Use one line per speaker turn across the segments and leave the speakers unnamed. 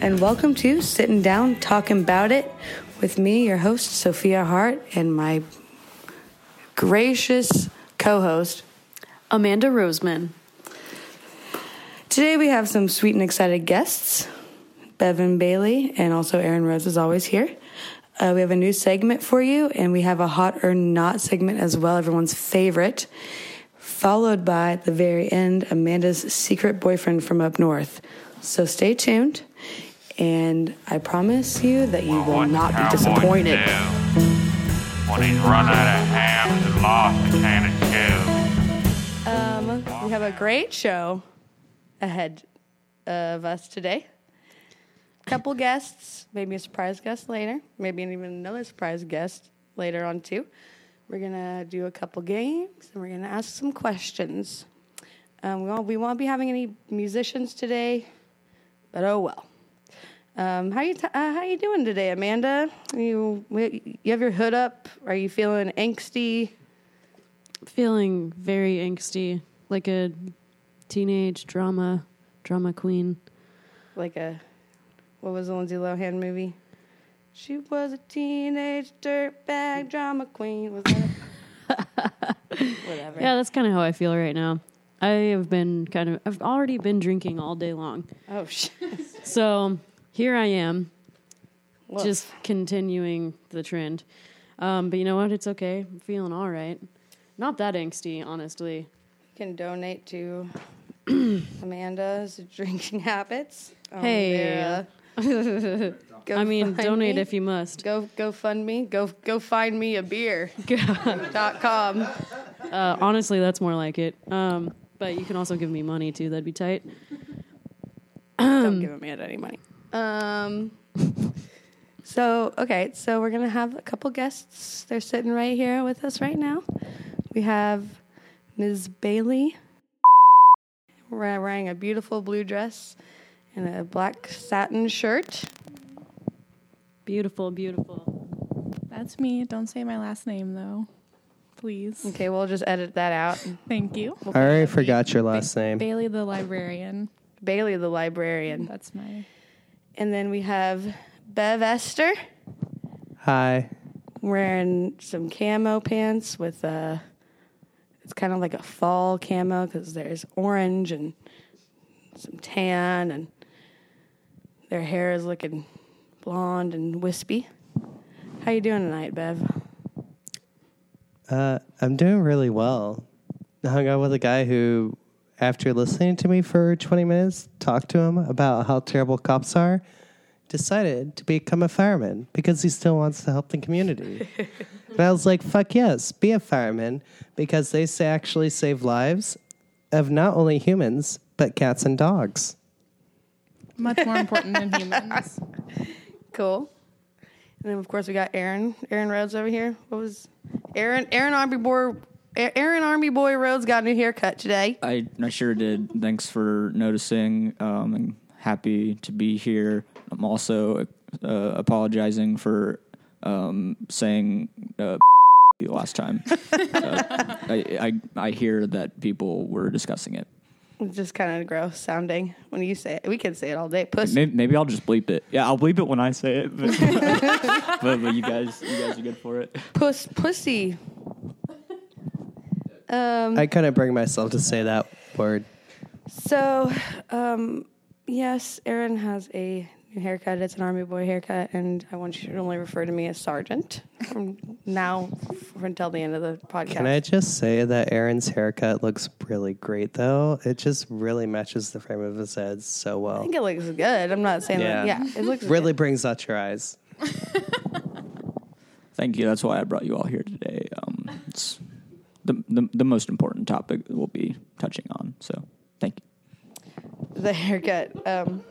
and welcome to Sitting Down Talking About It with me, your host, Sophia Hart, and my gracious co host.
Amanda Roseman.
Today we have some sweet and excited guests. Bevan Bailey and also Aaron Rose is always here. Uh, we have a new segment for you, and we have a hot or not segment as well, everyone's favorite. Followed by at the very end, Amanda's secret boyfriend from up north. So stay tuned, and I promise you that you will not be disappointed.
When he's run out of hams and lost a can of chew.
We have a great show ahead of us today. Couple guests, maybe a surprise guest later, maybe even another surprise guest later on too. We're gonna do a couple games and we're gonna ask some questions. Um, we, won't, we won't be having any musicians today, but oh well. Um, how you t- uh, how you doing today, Amanda? You you have your hood up? Are you feeling angsty?
Feeling very angsty, like a teenage drama, drama queen.
like a what was the Lindsay Lohan movie? She was a teenage
Mm.
dirtbag drama queen. Was that it? whatever?
Yeah, that's kind of how I feel right now. I have been kind of, I've already been drinking all day long.
Oh shit!
So here I am,
Woof.
just continuing the trend. Um, but you know what? It's okay. I'm feeling all right. Not that angsty, honestly.
You can donate to Amanda's drinking habits. Um,
Hey.
they're, uh, go
I mean,
find
donate
me.
if you must.
Go go fund me. Go go find me a beer. dot com.
Uh, honestly, that's more like it. Um, but you can also give me money too. That'd be tight.
Don't give Amanda any money. Hmm. Um. So okay, so we're gonna have a couple guests. They're sitting right here with us right now. We have Ms. Bailey, we're wearing a beautiful blue dress and a black satin shirt.
Beautiful, beautiful.
That's me. Don't say my last name though. Please.
Okay, we'll just edit that out.
Thank you.
I already forgot your last name.
Bailey the librarian.
Bailey, the librarian,
That's my
and then we have Bev Esther.
Hi.
wearing some camo pants with a it's kind of like a fall camo because there's orange and some tan and their hair is looking blonde and wispy how you doing tonight bev
Uh, I'm doing really well. I hung out with a guy who, after listening to me for 20 minutes, talked to him about how terrible cops are, decided to become a fireman because he still wants to help the community. and I was like, fuck yes, be a fireman because they say actually save lives of not only humans, but cats and dogs.
much more important than humans.
cool and then of course we got aaron aaron rhodes over here what was aaron aaron army boy aaron army boy rhodes got a new haircut today
I, I sure did. Thanks for noticing. Um, I'm happy to be here. I'm also uh, apologizing for um, saying uh, the last time. uh, I, I I hear that people were discussing it.
it's just kind of gross sounding when you say it we can say it all day pussy
Maybe, maybe I'll just bleep it. Yeah, I'll bleep it when I say it. But, but, but you guys, you guys are good for it.
Puss, pussy.
I couldn't bring myself to say that word.
So, um, yes, Aaron has a new haircut. It's an army boy haircut, and I want you to only refer to me as sergeant from now f- until the end of the podcast.
Can I just say that Aaron's haircut looks really great, though? It just really matches the frame of his head so well.
think it looks good. I'm not saying that.
Yeah.
Yeah, it looks
Really brings out your eyes.
Thank you. That's why I brought you all here today. Um, it's the, the the most important topic that we'll be touching on. So thank you.
good. the haircut. Um,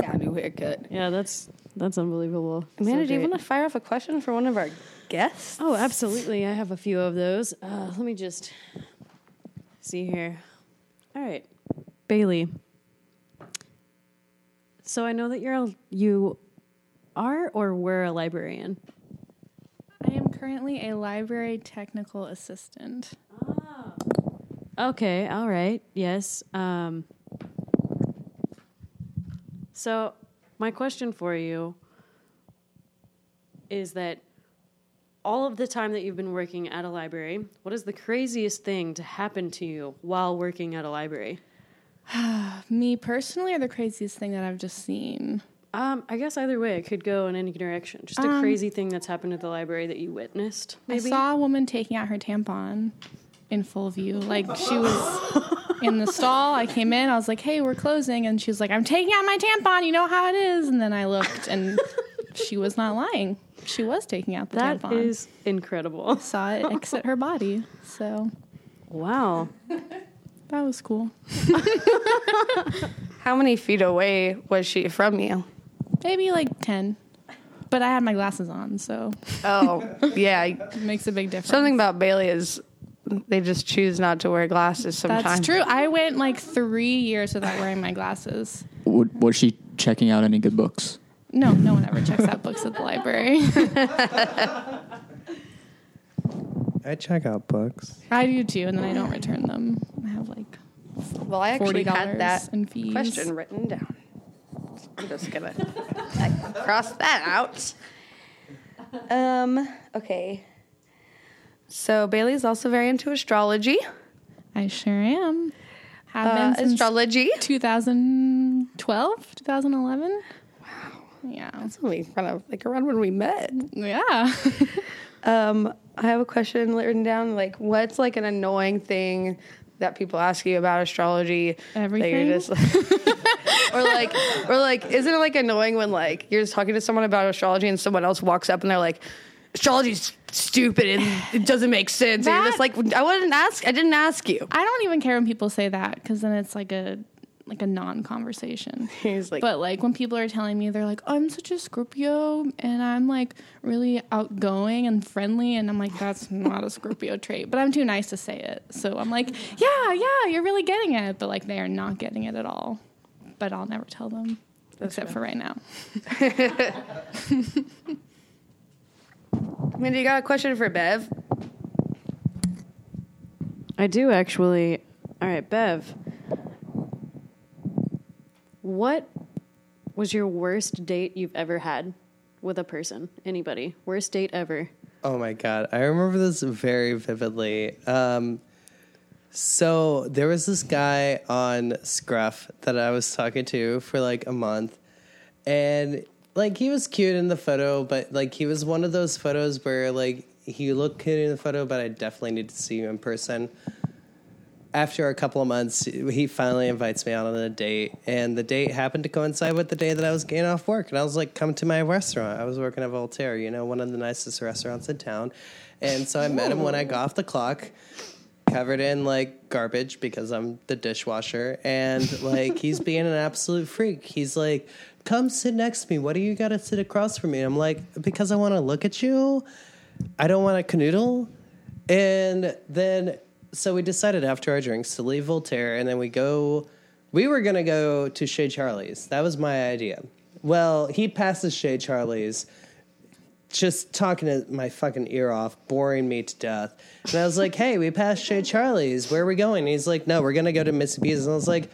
yeah, new haircut.
Yeah, that's that's unbelievable.
Amanda, do you
great.
want to fire off a question for one of our guests?
Oh, absolutely. I have a few of those. Uh, let me just see here. All right, Bailey. So I know that you're a, you are or were a librarian.
I am currently a library technical assistant.
Okay, all right. Yes. Um, so my question for you is that all of the time that you've been working at a library, what is the craziest thing to happen to you while working at a library?
Me personally, are the craziest thing that I've just seen.
Um, I guess either way, it could go in any direction. Just a crazy thing that's happened at the library that you witnessed. Maybe.
I saw a woman taking out her tampon in full view. Like she was in the stall. I came in. I was like, "Hey, we're closing," and she was like, "I'm taking out my tampon. You know how it is." And then I looked, and she was not lying. She was taking out the
That
tampon.
is incredible.
saw it exit her body. So
Wow.
that was cool.
How many feet away was she from you?
Maybe like ten. But I had my glasses on, so
Oh, yeah.
it makes a big difference.
Something about Bailey is they just choose not to wear glasses sometimes.
That's true. I went like three years without wearing my glasses.
Would, was she checking out any good books?
No, no one ever checks out books at the library.
I check out books.
I do too, and then I don't return them. I have like
Well, I actually
$40
had that
in fees.
question written down. So I'm just gonna like, cross that out. Um. Okay. So Bailey's also very into astrology.
I sure am. Have
Uh,
been since
astrology.
2012, 2011. Wow. Yeah.
That's when we kind of like around when we met.
Yeah.
Um, I have a question written down. Like, what's like an annoying thing that people ask you about astrology? That
Everything?
you're just like, or like, or like, isn't it like annoying when like you're just talking to someone about astrology and someone else walks up and they're like, astrology's stupid and it doesn't make sense. and you're just
That-
like, I wouldn't ask. I didn't ask you.
I don't even care when people say that because then it's like a like a non-conversation.
He's like-
but like when people are telling me they're like, I'm such a Scorpio and I'm like really outgoing and friendly, and I'm like, that's not a Scorpio trait. But I'm too nice to say it, so I'm like, yeah, yeah, you're really getting it. But like they are not getting it at all. But I'll never tell them except for right now.
Mindy, you got a question for Bev?
I do actually. All right, Bev. What was your worst date you've ever had with a person? Anybody? Worst date ever?
Oh my god, I remember this very vividly. Um, so there was this guy on Scruff that I was talking to for like a month, and like he was cute in the photo, but like he was one of those photos where like he looked cute in the photo, but I definitely need to see you in person. After a couple of months, he finally invites me out on a date, and the date happened to coincide with the day that I was getting off work. And I was like, "Come to my restaurant." I was working at Voltaire, you know, one of the nicest restaurants in town, and so I met him when I got off the clock covered in like garbage because I'm the dishwasher and like he's being an absolute freak. He's like, "Come sit next to me. What do you got to sit across from me?" And I'm like, "Because I want to look at you. I don't want to canoodle." And then so we decided after our drinks to leave Voltaire and then we go we were going to go to Chez Charlie's. That was my idea. Well, he passes Chez Charlie's just talking to my fucking ear off, boring me to death. And I was like, hey, we passed Shea Charlie's. Where are we going? And he's like, no, we're going to go to Missy B's. And I was like,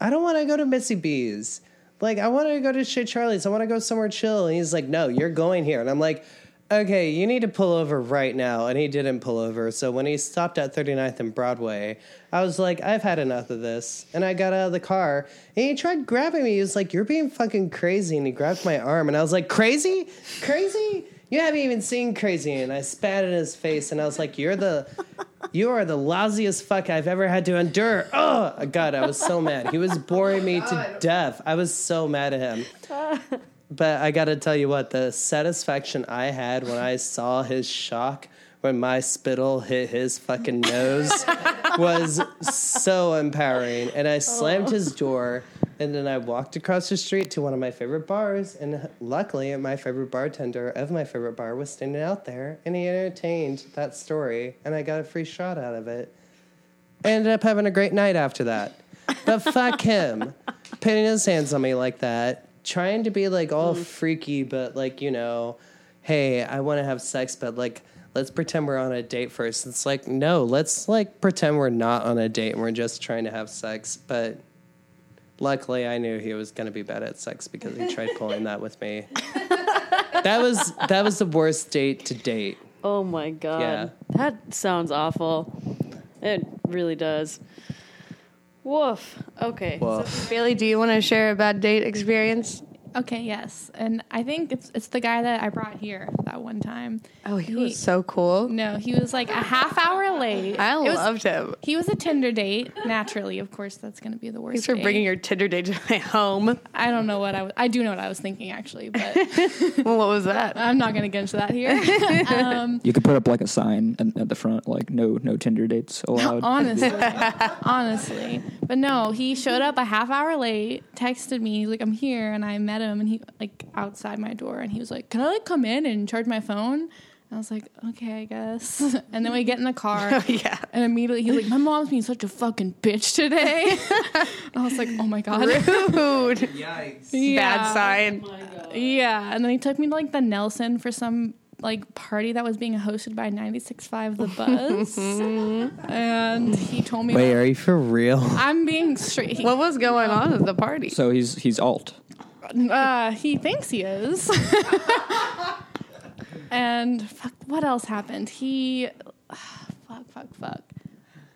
I don't want to go to Missy B's. Like, I want to go to Shea Charlie's. I want to go somewhere chill. And he's like, no, you're going here. And I'm like, okay, you need to pull over right now. And he didn't pull over. So when he stopped at 39th and Broadway, I was like, I've had enough of this. And I got out of the car and he tried grabbing me. He was like, you're being fucking crazy. And he grabbed my arm. And I was like, crazy? Crazy? you haven't even seen crazy and i spat in his face and i was like you're the you are the lousiest fuck i've ever had to endure oh god i was so mad he was boring me to death i was so mad at him but i gotta tell you what the satisfaction i had when i saw his shock when my spittle hit his fucking nose was so empowering and i slammed his door and then I walked across the street to one of my favorite bars, and luckily, my favorite bartender of my favorite bar was standing out there, and he entertained that story, and I got a free shot out of it. I ended up having a great night after that. But fuck him, putting his hands on me like that, trying to be like all freaky, but like you know, hey, I want to have sex, but like. Let's pretend we're on a date first. It's like, no, let's like pretend we're not on a date and we're just trying to have sex. But Luckily, I knew he was going to be bad at sex because he tried pulling that with me. that was that was the worst date to date.
Oh my god.
Yeah.
That sounds awful. It really does. Woof. Okay.
Well,
Bailey, do you want to share a bad date experience?
Okay, yes. And I think it's it's the guy that I brought here that one time.
Oh, he, was so cool.
No, he was like a half hour late.
I
It was-
loved him.
He was a Tinder date, naturally. Of course, that's going to be the worst.
Thanks for
date.
bringing your Tinder date to my home.
I don't know what I was. I do know what I was thinking actually, but
Well, what was that?
I'm not going to get into that here. Um,
You could put up like a sign at, at the front, like no no Tinder dates allowed.
honestly, honestly, but no, he showed up a half hour late. Texted me like I'm here, and I met him, and he like outside my door, and he was like, "Can I like come in and charge my phone?" And I was like, "Okay, I guess." And then we get in the car.
Oh, yeah.
And immediately he's like, "My mom's being such a fucking bitch today." I was like, "Oh my god,
Rude.
Yikes!
Yeah.
Bad sign.
Yeah, and then he took me to like the Nelson for some like party that was being hosted by 96.5 The Buzz, and he told me
Wait, are you for real?
I'm being straight. He,
What was going on at the party?
So he's he's alt.
uh, he thinks he is. and fuck, what else happened? He, fuck, fuck, fuck.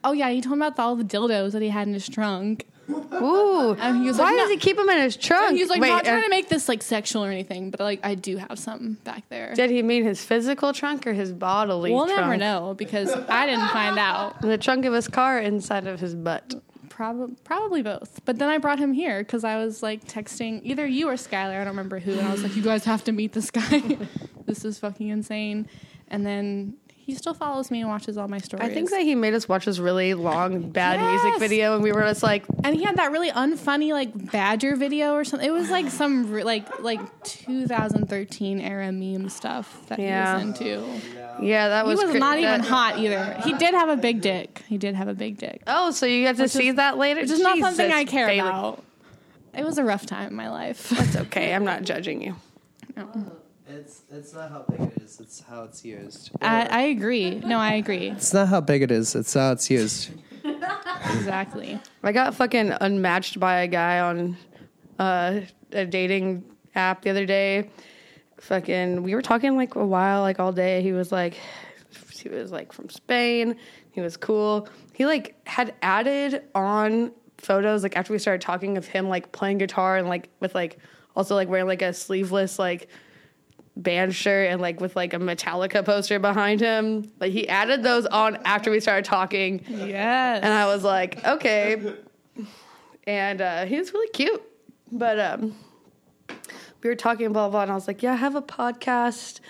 Oh yeah, he told me about all the dildos that he had in his trunk.
Ooh.
And he was
Why
like,
does
"No."
he keep him in his trunk?
And He was like,
Wait,
not trying
uh,
to make this like sexual or anything, but like I do have some back there.
did he mean his physical trunk or his bodily
We'll
trunk?
never know because I didn't find out.
The trunk of his car inside of his butt.
Probably, probably both. But then I brought him here because I was like texting either you or Skylar. I don't remember who. And I was like, "You guys have to meet this guy. this is fucking insane." And then he still follows me and watches all my stories.
I think that he made us watch this really long bad
Yes.
music video, and we were just like,
and he had that really unfunny like badger video or something. It was like some re- like like 2013 era meme stuff that
Yeah.
he was into.
"Yeah, that
He
was."
was
cr-
not even
that-
hot either. He did have a big dick. He did have a big dick.
Oh, so you got to see that later?
Which is not something
Jesus,
I care
Bailey.
about. It was a rough time in my life.
It's okay. I'm not judging you.
It's it's not how big it is. It's how it's used.
I, I agree. No, I agree.
It's not how big it is. It's how it's used.
Exactly.
I got fucking unmatched by a guy on uh, a dating app the other day. Fucking, we were talking like a while, like all day. He was like, he was like from Spain. He was cool. He like had added on photos like after we started talking of him like playing guitar and like with like also like wearing like a sleeveless like band shirt and like with like a Metallica poster behind him. Like he added those on after we started talking.
Yes.
And I was like, okay. And uh, he was really cute. But um, we were talking, blah, blah. And I was like, yeah, I have a podcast.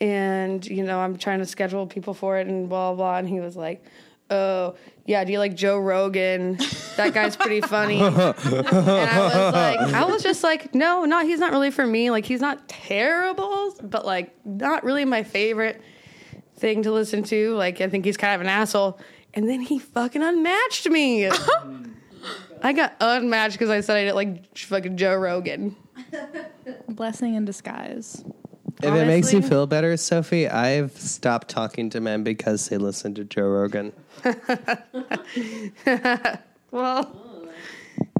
And, you know, I'm trying to schedule people for it and blah, blah. And he was like, oh, yeah, do you like Joe Rogan? That guy's pretty funny. and I was like, I was just like, no, not, he's not really for me. Like, he's not terrible, but like, not really my favorite thing to listen to. Like, I think he's kind of an asshole. And then he fucking unmatched me. I got unmatched because I said I didn't like fucking Joe Rogan.
Blessing in disguise.
If it makes you
Honestly.
feel better, Sophie, I've stopped talking to men because they listen to Joe Rogan.
Well,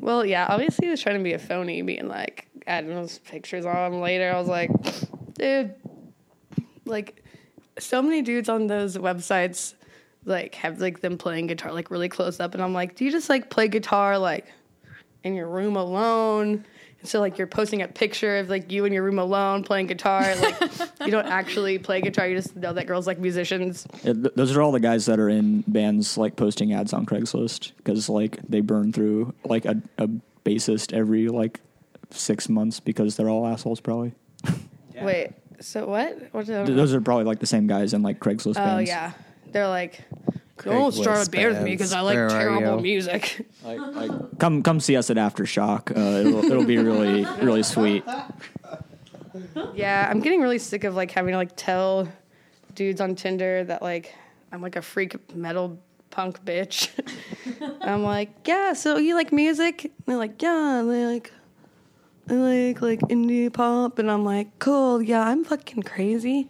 well, yeah. Obviously, he was trying to be a phony, being like adding those pictures on later. I was like, dude, like so many dudes on those websites like have like them playing guitar like really close up, and I'm like, do you just like play guitar like in your room alone? And so like you're posting a picture of like you in your room alone playing guitar. Like you don't actually play guitar. You just know that girls like musicians.
Yeah, th- those are all the guys that are in bands like posting ads on Craigslist because like they burn through like a, a bassist every like six months because they're all assholes probably.
Wait. So what? What? did I-
Th- Those are probably like the same guys in like Craigslist
Oh
bands.
yeah, they're like, don't start a
Craigslist
beer with me because
bands.
I like
Where are
terrible
you?"
music.
Like, like come come see us at AfterShock. Uh, it'll, it'll be really really sweet.
Yeah, I'm getting really sick of like having to like tell dudes on Tinder that like I'm like a freak metal punk bitch. I'm like, yeah, so you like music? And they're like, yeah, and they like. I like like indie pop, and I'm like, cool, yeah, I'm fucking crazy,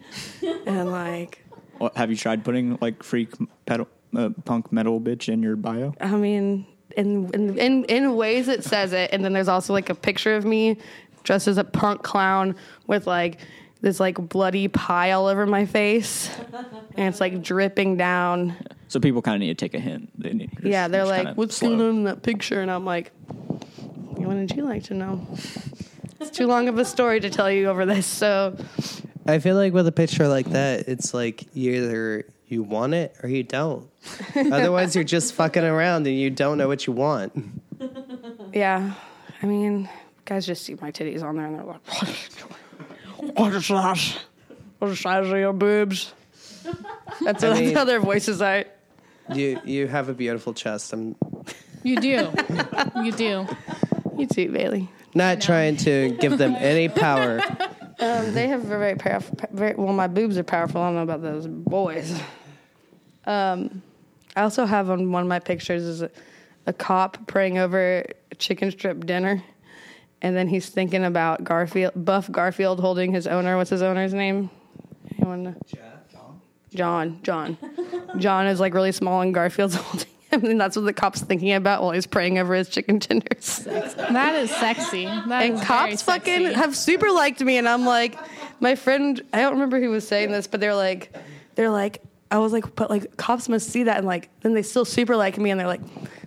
and like,
What, have you tried putting like freak pedal, uh, punk metal bitch in your bio?
I mean, in, in in in ways it says it, and then there's also like a picture of me dressed as a punk clown with like this like bloody pie all over my face, and it's like dripping down.
So people kind of need to take a hint. They need to just-
yeah, they're
just
like,
kinda
"What's
slow.
going on in that picture?" And I'm like, "Wouldn't you like to know?" It's too long of a story to tell you over this, so
I feel like with a picture like that, it's like you either you want it or you don't. Otherwise, you're just fucking around and you don't know what you want.
yeah. I mean, guys just see my titties on there, and they're like, "What is that? What is the size of your boobs?" That's, what,
mean-
that's how their voices are.
You you have a beautiful chest. I'm
You do. you do.
You too, Bailey.
not trying to give them any power.
Um, they have a very powerful. Very, well, my boobs are powerful. I don't know about those boys. Um, I also have on one of my pictures is a, a cop praying over a chicken strip dinner, and then he's thinking about Garfield, Buff Garfield, holding his owner. What's his owner's name? Anyone? know? John. John. John is like really small, and Garfield's holding him, and that's what the cop's thinking about while he's praying over his chicken dinners.
That is sexy. That
And
is very
cops fucking
sexy.
have super liked me, and I'm like, my friend, I don't remember who was saying this, but they're like, they're like, I was like, but like, cops must see that, and like, then they still super like me, and they're like,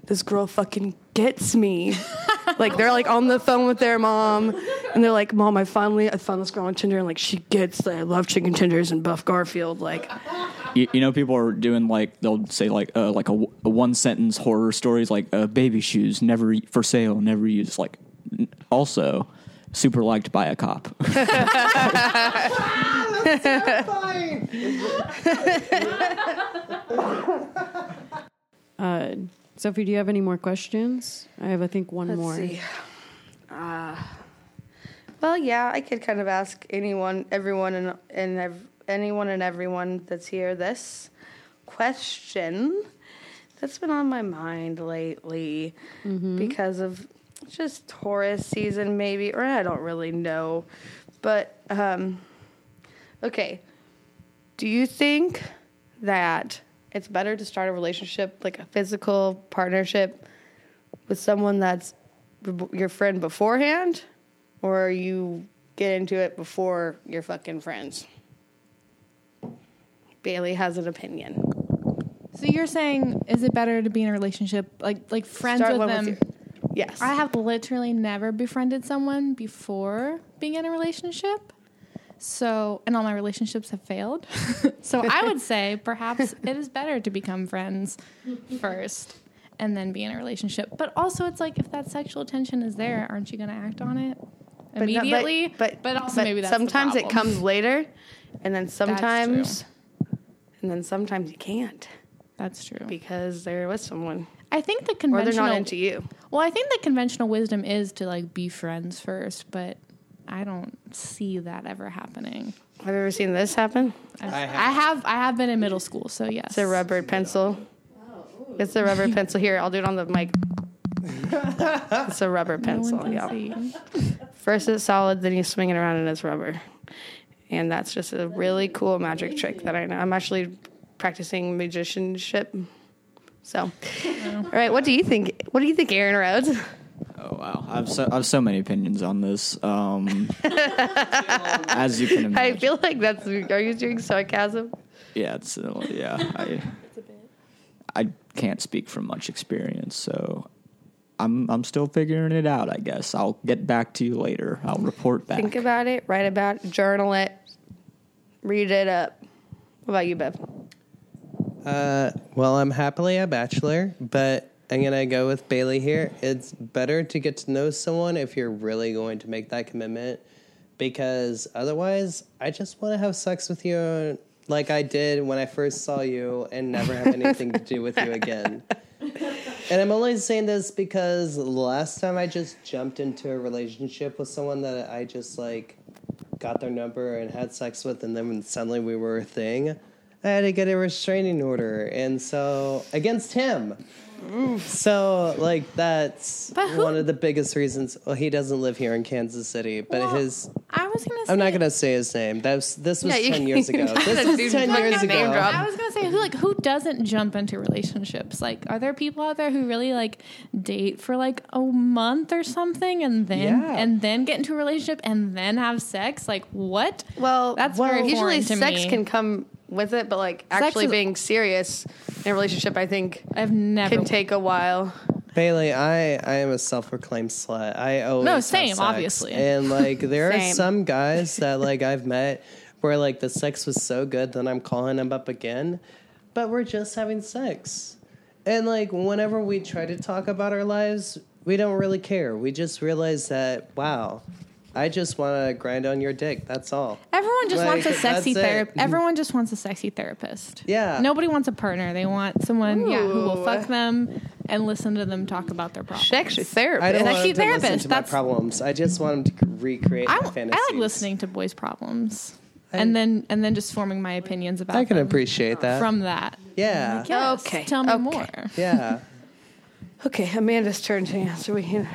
this girl fucking gets me. like, they're like on the phone with their mom, and they're like, mom, I finally, I found this girl on Tinder, and like, she gets that I love chicken tenders and Buff Garfield. Like,
You, you know, people are doing like they'll say like uh, like a, w- a one sentence horror stories like uh, baby shoes never y- for sale never used like n- also super liked by a cop.
Uh, Sophie, do you have any more questions? I have, I think, one
Let's
more.
see. Uh, well, yeah, I could kind of ask anyone, everyone, and and ev- anyone and everyone that's here this question that's been on my mind lately
Mm-hmm.
because of just Taurus season, maybe, or I don't really know, but um, okay. Do you think that it's better to start a relationship, like a physical partnership, with someone that's b- your friend beforehand, or you get into it before you're fucking friends? Bailey has an opinion.
So you're saying, is it better to be in a relationship like like friends
Start
with
one
them?
your- yes.
I have literally never befriended someone before being in a relationship. So, and all my relationships have failed. so, I would say perhaps it is better to become friends first and then be in a relationship. But also, it's like if that sexual tension is there, aren't you going to act on it
But no- but-
immediately?
but, but,
also, maybe that's the
sometimes it
problem.
comes later, and then
true.
sometimes, and then sometimes you can't
That's true.
because they're with someone
I think the
or they're
conventional.
not into you.
Well, I think the conventional wisdom is to like be friends first, but I don't see that ever happening.
Have you ever seen this happen?
I have. I have been in middle school, so yes.
It's a rubber pencil. It's a rubber pencil. Here, I'll do it on the mic. it's a rubber pencil. yeah. First it's solid, then you swing it around and it's rubber. And that's just a really cool magic trick that I know. I'm actually practicing magicianship. So, all right, what do you think? What do you think, Aaron Rhodes?
Oh wow, I've so I've so many opinions on this. Um, as you can
I
imagine,
feel like that's. Are you doing sarcasm?
yeah, it's uh, yeah. I, I can't speak from much experience, so I'm I'm still figuring it out. I guess I'll get back to you later. I'll report back.
Think about it, write about it, journal it, read it up. What about you, Bev?
Uh, well, I'm happily a bachelor, but I'm gonna go with Bailey here. It's better to get to know someone if you're really going to make that commitment, because otherwise, I just want to have sex with you like I did when I first saw you, and never have anything to do with you again. And I'm only saying this because last time I just jumped into a relationship with someone that I just like got their number and had sex with, and then when suddenly we were a thing. I had to get a restraining order, and so against him. So, like, that's
But who-
one of the biggest reasons. Well, he doesn't live here in Kansas City, but
Well,
his.
I was gonna. Say,
I'm not gonna say his name. That was, this was
Yeah, you
ten years
can-
ago.
That
This was
dude's
ten
fucking
years
name
ago.
drop.
I was gonna say who like who doesn't jump into relationships? Like, are there people out there who really like date for like a month or something, and then
Yeah.
and then get into a relationship and then have sex? Like, what?
Well,
That's
well,
very
usually
foreign to
sex
me.
can come with it, but like
Sex
actually
is-
being serious in a relationship, I think
I've never.
can take a while.
Bailey, I, I am a self-proclaimed slut. I always
No,
have
same,
sex.
obviously.
And like, there are
Same.
some guys that like I've met where like the sex was so good that I'm calling them up again, but we're just having sex. And like, whenever we try to talk about our lives, we don't really care. We just realize that wow, I just want to grind on your dick. That's all.
Everyone just wants a
Like,
sexy
that's it.
therapist. Everyone just wants a sexy therapist.
Yeah.
Nobody wants a partner. They want someone yeah, who will
Ooh.
fuck them and listen to them talk about their problems.
Sex
I
therapy.
don't want
Sexy
them to listen
therapist,
to my
that's-
problems. I just want them to recreate
I,
my
I
fantasies.
like listening to boys' problems and then and then just forming my opinions about.
I can
them
appreciate that.
from that.
yeah.
Yes,
Okay,
Tell me
okay.
more.
Yeah.
Okay, Amanda's turn to answer. We can.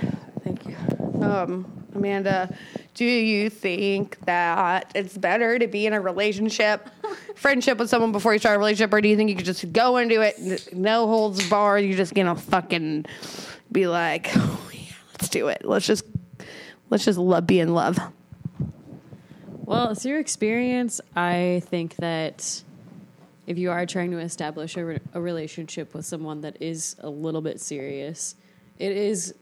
Thank you, um, Amanda. Do you think that it's better to be in a relationship, friendship with someone before you start a relationship, or do you think you could just go into it, n- no holds barred? You're just gonna fucking be like, oh, yeah, let's do it. Let's just let's just love, be in love.
Well, through experience, I think that if you are trying to establish a, re- a relationship with someone that is a little bit serious, it is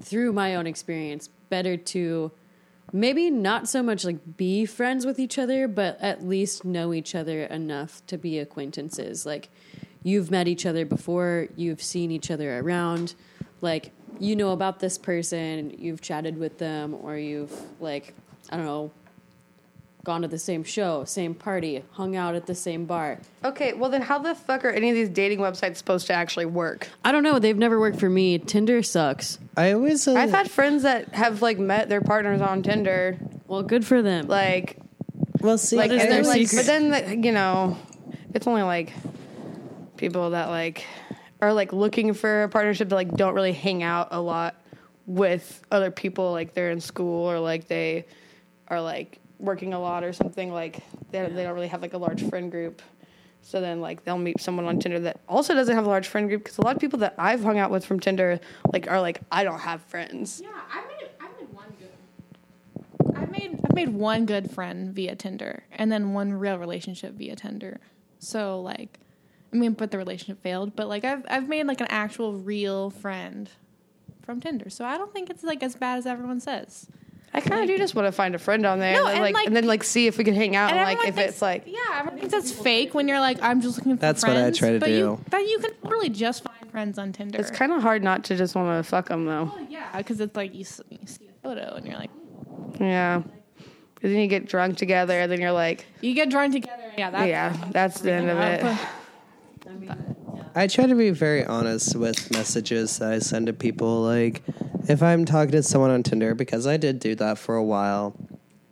through my own experience better to maybe not so much like be friends with each other, but at least know each other enough to be acquaintances. Like you've met each other before, you've seen each other around, like you know about this person, you've chatted with them, or you've like, I don't know, gone to the same show, same party, hung out at the same bar.
Okay, well then, how the fuck are any of these dating websites supposed to actually work?
I don't know. They've never worked for me. Tinder sucks.
I always. Uh,
I've had friends that have like met their partners on Tinder,
Well, good for them.
like
Well, see,
like,
I
and then,
always-
like but then like, you know it's only like people that like are like looking for a partnership that like don't really hang out a lot with other people like they're in school or like they are like working a lot or something like they don't, they don't really have like a large friend group so then like they'll meet someone on Tinder that also doesn't have a large friend group because a lot of people that I've hung out with from Tinder like are like I don't have friends.
Yeah, I made I made one good. I made I made one good friend via Tinder, and then one real relationship via Tinder. So like, I mean, but the relationship failed. But like, I've I've made like an actual real friend from Tinder. So I don't think it's like as bad as everyone says.
I kind of do just want to find a friend on there
No,
and, then,
and,
like,
like-
and then like see if we can hang out and, Oh, like
everyone
if
thinks-
it's like
yeah, everyone thinks that's fake when you're like, I'm just looking for
That's what
friends.
I try to
but You,
do.
but you can totally just find friends on Tinder.
It's kind of hard not to just want to fuck them though.
of Oh, yeah, because it's like you, s- you see a photo and you're like,
Yeah. 'Cause then you get drunk together, and then you're like,
you get drawn together. Yeah, that's
yeah, that's the end of it.
I try to be very honest with messages that I send to people. Like, if I'm talking to someone on Tinder, because I did do that for a while,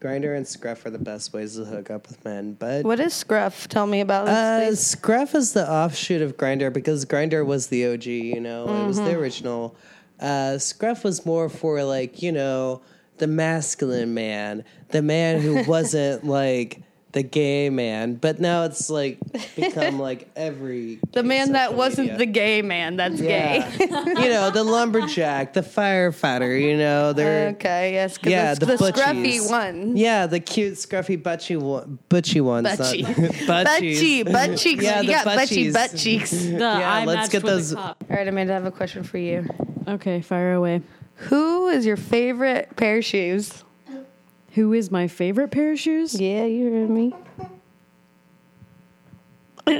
Grinder and Scruff are the best ways to hook up with men. But
What is scruff? Tell me about this.
uh,
please.
Scruff is the offshoot of Grinder because Grinder was the OG. You know, it was
Mm-hmm.
the original. Uh, Scruff was more for like you know the masculine man, the man who wasn't like the gay man. But now it's like become like every
the
gay
man that
social
wasn't
media.
the gay man that's
Yeah.
gay.
you know, the lumberjack, the firefighter, you know, they're
okay, yes. 'cause
yeah,
the,
the,
the
butchies.
scruffy one.
Yeah, the cute scruffy butchy one, butchy ones. not-
Butchy.
butchies.
Butt cheek, butt cheeks.
Yeah,
you
the
got butt cheek,
butchies.
butt cheeks.
The
yeah,
eye
let's
matched
get
with the
those-
cop.
All right, Amanda, I have a question for you.
Okay, fire away.
Who is your favorite pair of shoes?
Who is my favorite pair of shoes?
Yeah, you heard me. Who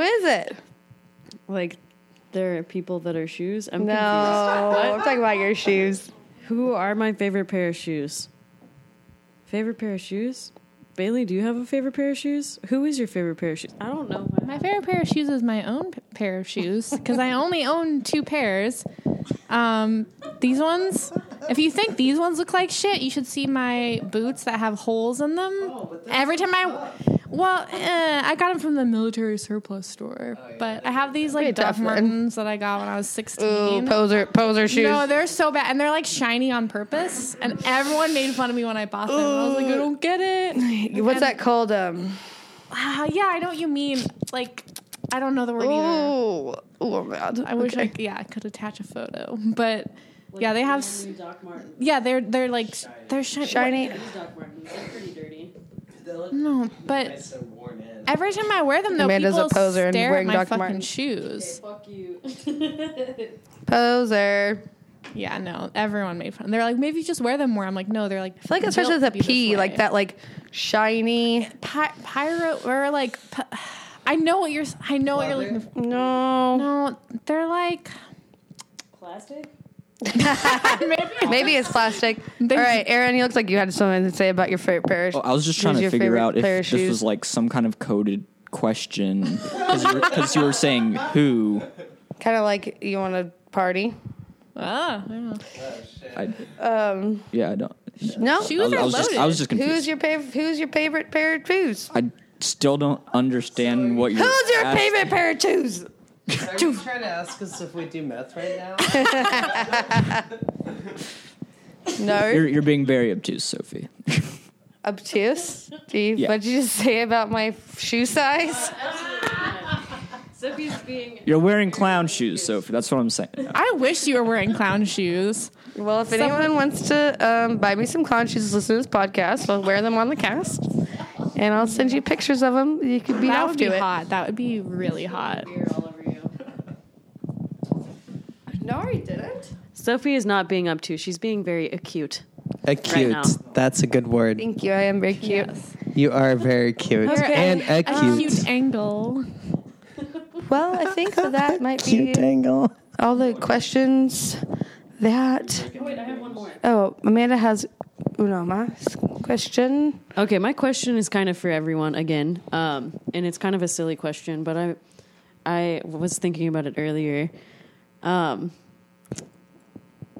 is it?
Like, there are people that are shoes. I'm
No,
confused.
I'm talking about your shoes.
Who are my favorite pair of shoes? Favorite pair of shoes? Bailey, do you have a favorite pair of shoes? Who is your favorite pair of shoes? I don't know.
My favorite pair of shoes is my own p- pair of shoes because I only own two pairs. Um, these ones, if you think these
Oh,
ones look like shit, you should see my boots that have holes in them. Every time I, Well, eh, I got them from the military surplus store,
Oh,
but I have these like
Pretty
Doc
tough, man.
Martens that I got when I was
Ooh,
sixteen.
poser, poser shoes.
No, they're so bad, and they're like shiny on purpose. And everyone made fun of me when I bought them. I was like, I don't get it.
What's that called? Um,
Ah, yeah, I know what you mean. Like, I don't know the word either.
ooh, ooh, I'm mad.
I wish I, yeah, I could attach a photo, but yeah, they have. s- Yeah, they're they're like s- they're shiny.
shiny.
No, but every time I wear them, though,
Amanda's a
people
poser and
stare at
wearing
my
Dr.
fucking
Martens.
shoes.
Poser.
Yeah, no, everyone made fun. They're like, maybe you just wear them more. I'm like, no, they're like.
I feel like it starts with a P, like
that.
that, like shiny.
Py- pyro or like p I know what you're s- I know what you're looking for.
No,
No, they're like
Plastic?
maybe it's plastic. All
They-
right, Aaron, you look like you had something to say about your favorite pair. of
Oh, I was just
shoes,
trying to
your
figure
favorite
out if
pair
this
of shoes.
was like some kind of coded question because you were saying who.
kind of like you want to party.
ah.
I,
Um,
yeah, I don't.
No,
I,
Shoes
was- I
are
was just,
loaded.
I was just confused.
who's your fav- who's your favorite pair of shoes?
I still don't understand what you're.
Who's your
ask-
favorite pair of shoes?
Are you trying to ask us if we do meth right now?
No,
You're, you're being very obtuse, Sophie.
obtuse. Steve,
Yeah.
what'd you just say about my f- shoe size?
Sophie's being.
You're wearing clown shoes, Sophie. That's what I'm saying.
I wish you were wearing clown shoes.
Well, if anyone wants to um, buy me some clown shoes, listen to this podcast. I'll wear them on the cast, and I'll send you pictures of them. You could be
That
off
would
to
be
it.
hot. That would be really hot.
No, I didn't.
Sophie is not being up to. She's being very acute.
Acute.
now.
That's a good word.
Thank you. I am very cute.
You are very cute and
Um,
A
acute.
cute angle.
Well, I think that, that might be
Cute angle.
all the questions that. Oh, Amanda has una más question.
Okay, my question is kind of for everyone again, um, and it's kind of a silly question, but I, I was thinking about it earlier. Um,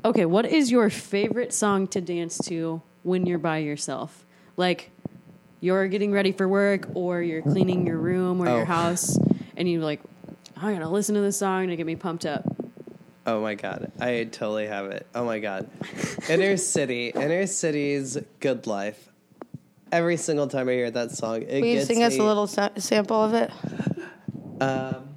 okay, what is your favorite song to dance to when you're by yourself? Like, you're getting ready for work, or you're cleaning your room or
Oh.
your house, and you're like, I'm gonna listen to this song to get me pumped up.
Oh my god, I totally have it. Oh my god, inner city, inner city's good life. Every single time I hear that song, it
Will you
gets
sing us
me,
a little sa- sample of it?
Um,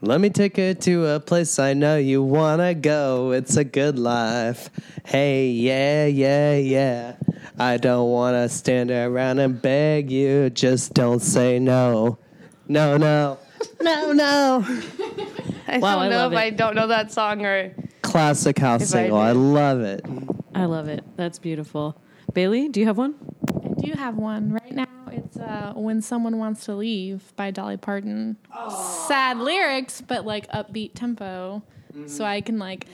Let me take you to a place I know you wanna go. It's a good life. Hey, yeah, yeah, yeah. I don't wanna stand around and beg you. Just don't say no, no, no, no, no.
I
Wow,
don't
I
know
love
if
it.
I don't know that song or.
Classic house
If I
single. I
did.
love it.
I love it. That's beautiful. Bailey, do you have one?
I do have one right now. It's uh, "When Someone Wants to Leave" by Dolly Parton. Sad lyrics, but like upbeat tempo. So I can like.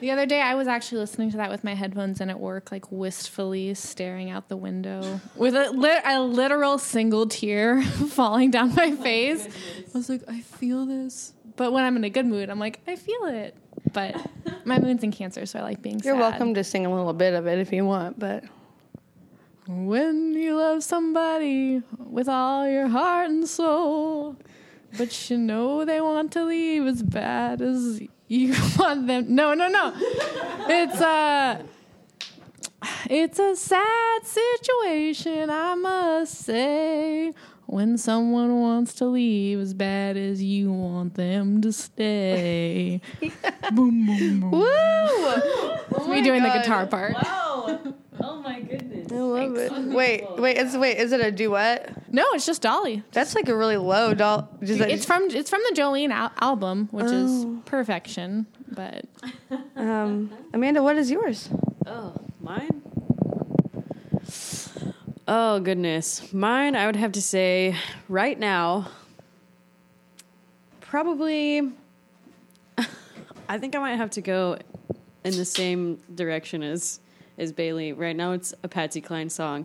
The other day, I was actually listening to that with my headphones in at work, like wistfully staring out the window with a, lit- a literal single tear falling down my face. I was like, I feel this. But when I'm in a good mood, I'm like, I feel it. But my mood's in Cancer, so I like being
You're
sad.
welcome to sing a little bit of it if you want, but
When you love somebody with all your heart and soul, but you know they want to leave as bad as you want them. No, no, no. It's a it's a sad situation, I must say. When someone wants to leave as bad as you want them to stay. boom, boom, boom.
woo!
Me doing the guitar part.
Oh my goodness.
I love it. Wait, wait, is wait, is it a duet?
No, it's just Dolly.
That's like a really low doll. Is that-
It's from it's from the Jolene al- album, which is
Oh.
perfection. But
um, Amanda, what is yours?
Oh, mine? Oh, goodness. Mine, I would have to say right now, probably. I think I might have to go in the same direction as as Bailey. Right now, it's a Patsy Cline song.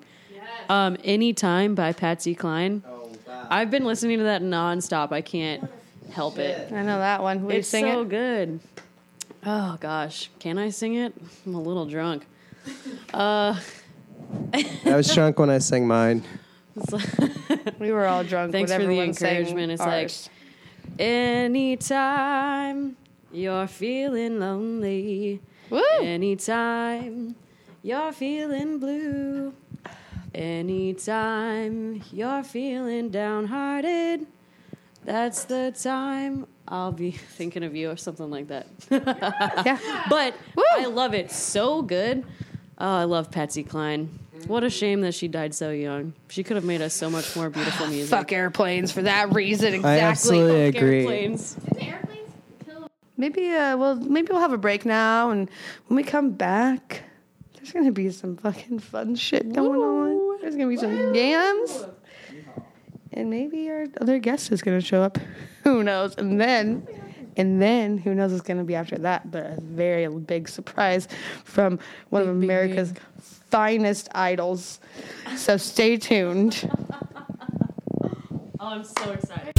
Um, Anytime by Patsy Cline.
Oh wow.
I've been listening to that nonstop. I can't help it.
I know that one. Will
It's
you sing
so
it?
good. Oh gosh, can I sing it? I'm a little drunk.
I was drunk when I sang mine.
It's like-
We were all drunk.
Thanks
but
for the
everyone sang
encouragement. It's like-
ours.
Anytime you're feeling lonely,
woo.
anytime you're feeling blue, anytime you're feeling downhearted, that's the time I'll be thinking of you or something like that.
yeah.
But
Woo!
I love it so good. Oh, I love Patsy Cline. What a shame that she died so young. She could have made us so much more beautiful music.
Fuck airplanes for that reason. Exactly.
I absolutely
Fuck
agree.
airplanes.
Maybe uh, well, maybe we'll have a break now, and when we come back, there's gonna be some fucking fun shit going on. There's gonna be some jams, and maybe our other guest is gonna show up. Who knows? And then, and then who knows what's gonna be after that? But a very big surprise from one of
big,
America's finest idols. So stay tuned.
Oh, I'm so excited.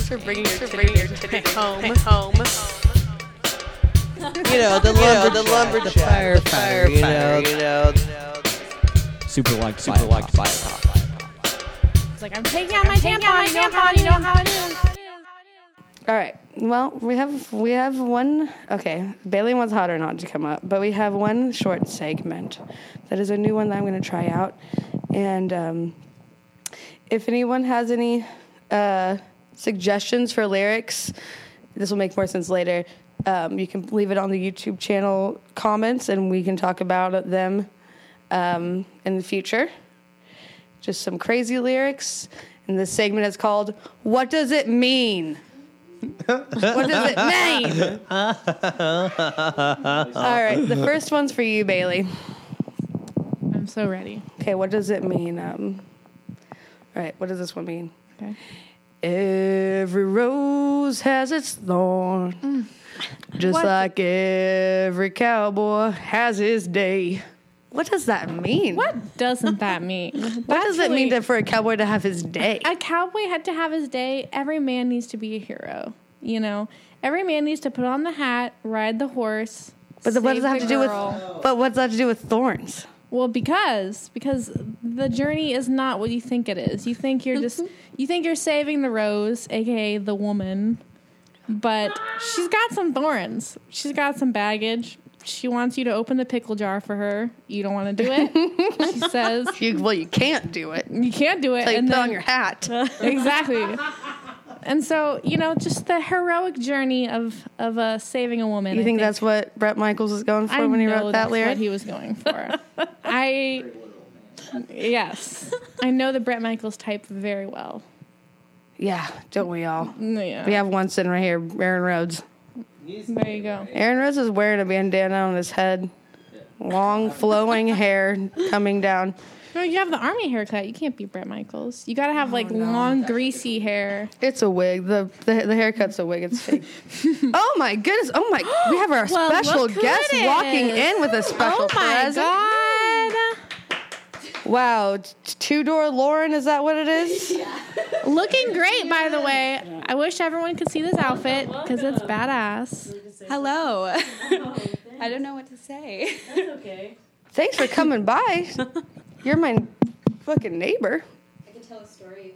Thanks for bringing your titties home.
You know, the lumber, the lumber, the fire, fire, you know, you know.
Super liked, super liked by
It's like I'm taking out my tampon. You know how you know how it is.
All right. Well, we have we have one. Okay, Bailey wants hot or not to come up, but we have one short segment that is a new one that I'm going to try out. And um, if anyone has any uh, suggestions for lyrics, this will make more sense later. Um, you can leave it on the YouTube channel comments, and we can talk about them um, in the future. Just some crazy lyrics. And this segment is called "What Does It Mean." What does it mean? All right, the first one's for you, Bailey.
I'm so ready.
Okay, what does it mean? Um, all right, what does this one mean?
Okay.
Every rose has its thorn, just like every cowboy has his day. What does that mean?
What doesn't that mean?
What does it mean to, for a cowboy to have his day?
a cowboy had to have his day. Every man needs to be a hero. You know, every man needs to put on the hat, ride the horse.
but the, what does that have
save the
to do with?
girl.
But what's that have to do with thorns?
Well, because because the journey is not what you think it is. You think you're just
Mm-hmm.
you think you're saving the rose, aka the woman, but she's got some thorns. She's got some baggage. She wants you to open the pickle jar for her. You don't want to do it. she says
You, well, you can't do it.
you can't do it.
So you
and
put
then
on your hat.
exactly. And so you know, just the heroic journey of of uh, saving a woman.
You
I
think that's what Brett Michaels was going for when he
know
wrote
that's
that lyric?
What he was going for. I yes, I know the Brett Michaels type very well.
yeah, don't we all?
Yeah,
We have one sitting right here, Aaron Rhodes.
there you go.
Aaron Rhodes is wearing a bandana on his head, long flowing hair coming down.
No, you have the army haircut. You can't be Brett Michaels. You gotta have like long, greasy hair.
It's a wig. The the, the haircut's a wig. It's fake. oh my goodness! Oh my! We have our
Well,
special
look who
guest
it
walking
is.
in with a special
Oh my
present.
god!
Wow, two door Lauren. Is that what it is?
Looking great, by the way. I wish everyone could see this outfit because it's badass.
Hello. I don't know what to say.
Thanks for coming by. You're my fucking neighbor.
I can tell a story.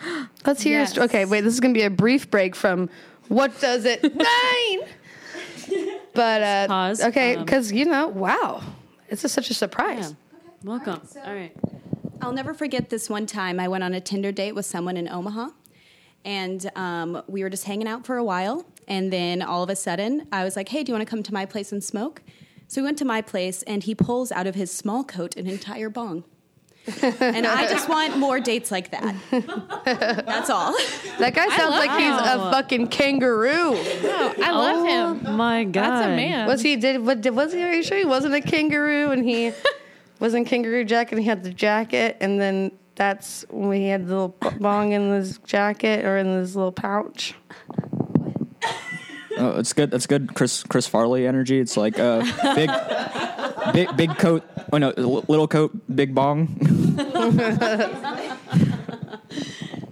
Let's hear. Yes. okay, wait. This is gonna be a brief break from what does it mean? but uh,
Pause.
Okay,
Um,
because you know, wow, it's a, such a surprise.
Yeah. Welcome.
so-
All right.
I'll never forget this one time. I went on a Tinder date with someone in Omaha, and um, we were just hanging out for a while. And then all of a sudden, I was like, "Hey, do you want to come to my place and smoke?" So we went to my place, and he pulls out of his small coat an entire bong. and I just want more dates like that. That's all.
That guy sounds like he's a fucking kangaroo.
Oh, I love him.
My God.
That's a man.
Was he? Did what? Did, was he? Are you sure he wasn't a kangaroo? And he was in kangaroo jacket. and He had the jacket, and then that's when he had the little b- bong in his jacket or in his little pouch.
Oh, it's good. That's good. Chris Chris Farley energy. It's like uh, big, big big coat. Oh no, l- little coat, big bong.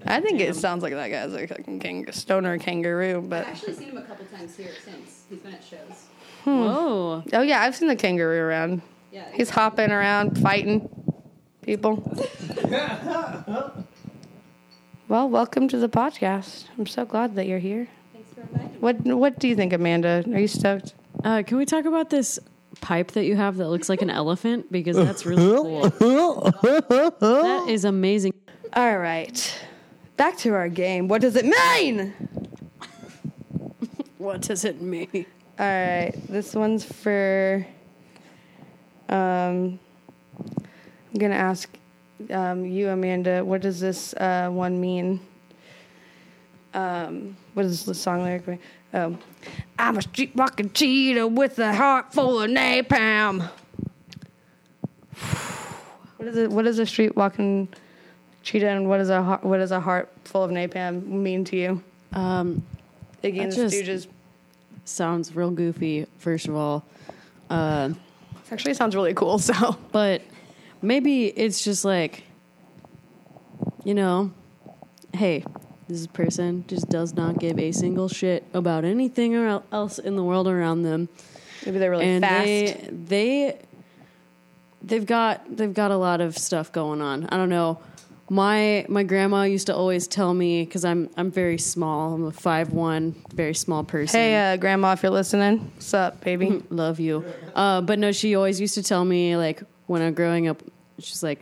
I think it sounds like that guy's a fucking kang- stoner kangaroo, but.
actually seen him a couple times here since. He's been at shows.
Whoa.
Oh yeah, I've seen the kangaroo around.
Yeah.
He's hopping around, fighting, people. well, welcome to the podcast. I'm so glad that you're here.
Thanks for inviting
What What do you think, Amanda? Are you stoked?
Uh, can we talk about this pipe that you have that looks like an elephant? Because that's really cool. that is amazing.
All right, back to our game. What does it mean?
What does it mean?
All right, this one's for. Um, I'm gonna ask um, you, Amanda. What does this uh, one mean? Um, what is the song lyric? mean? Um, I'm a street walking cheetah with a heart full of napalm. What is it? What is a street walking cheetah, and what is a heart, what is a heart full of napalm mean to you?
Um,
Iggy and
I
the
just-
Stooges.
sounds real goofy, first of all. Uh,
Actually, it sounds really cool. So.
but maybe it's just like, you know, hey, this person just does not give a single shit about anything or el- else in the world around them.
Maybe they're really
and
fast.
they they they've got they've got a lot of stuff going on. I don't know. My my grandma used to always tell me because I'm I'm very small. I'm a five one, very small person.
hey, uh, Mm-hmm. Grandma, if you're listening, what's up, baby?
love you. Uh, but no, she always used to tell me like when I'm growing up, she's like,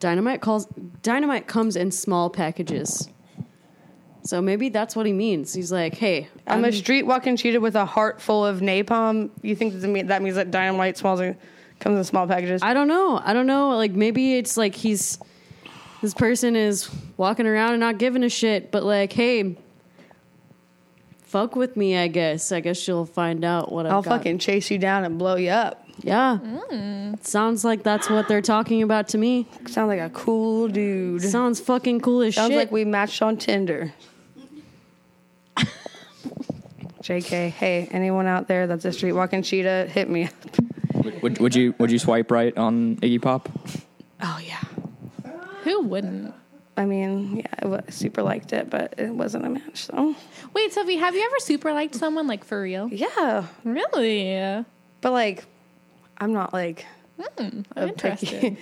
dynamite calls dynamite comes in small packages. So maybe that's what he means. He's like, hey,
I'm a street walking cheetah with a heart full of napalm. You think that mean- that means that dynamite smalls in, comes in small packages?
I don't know. I don't know. Like maybe it's like he's this person is walking around and not giving a shit, but like, hey, fuck with me. I guess. I guess she'll find out what I've
I'll
got.
fucking chase you down and blow you up.
yeah. Sounds like that's what they're talking about to me.
Sounds like a cool dude. Sounds
Sounds fucking cool as shit.
like we matched on Tinder. JK, hey, anyone out there that's a street walking cheetah, hit me up.
Would, would you would you swipe right on Iggy Pop?
Oh, yeah.
Who wouldn't?
I mean, yeah, I wa- super liked it, but it wasn't a match, so.
Wait, Sophie, have you ever super liked someone like for real?
Yeah.
Really?
But, like, I'm not like.
I'm
picky.
interested.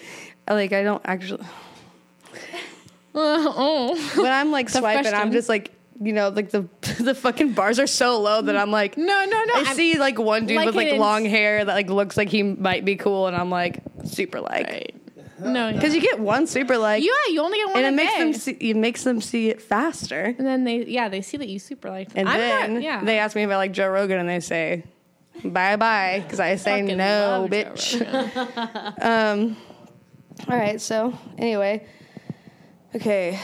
like I don't actually
oh.
when I'm like
Tough
swiping, I'm
question.
just like you know like the the fucking bars are so low that I'm like
No, no, no.
I
I'm-
see like one dude
like
with like
an
long
ins-
hair that like looks like he might be cool, and I'm like super like
No, yeah.
because you get one super like
yeah, you only get
and
one. a
it makes
day.
them see, it makes them see it faster,
And then they, yeah, they see that you super liked. them.
and
I'm
then
not, yeah.
they ask me if I like Joe Rogan, and they say bye bye because I say
Fucking
no,
love Joe
bitch. um, all right, so anyway, okay,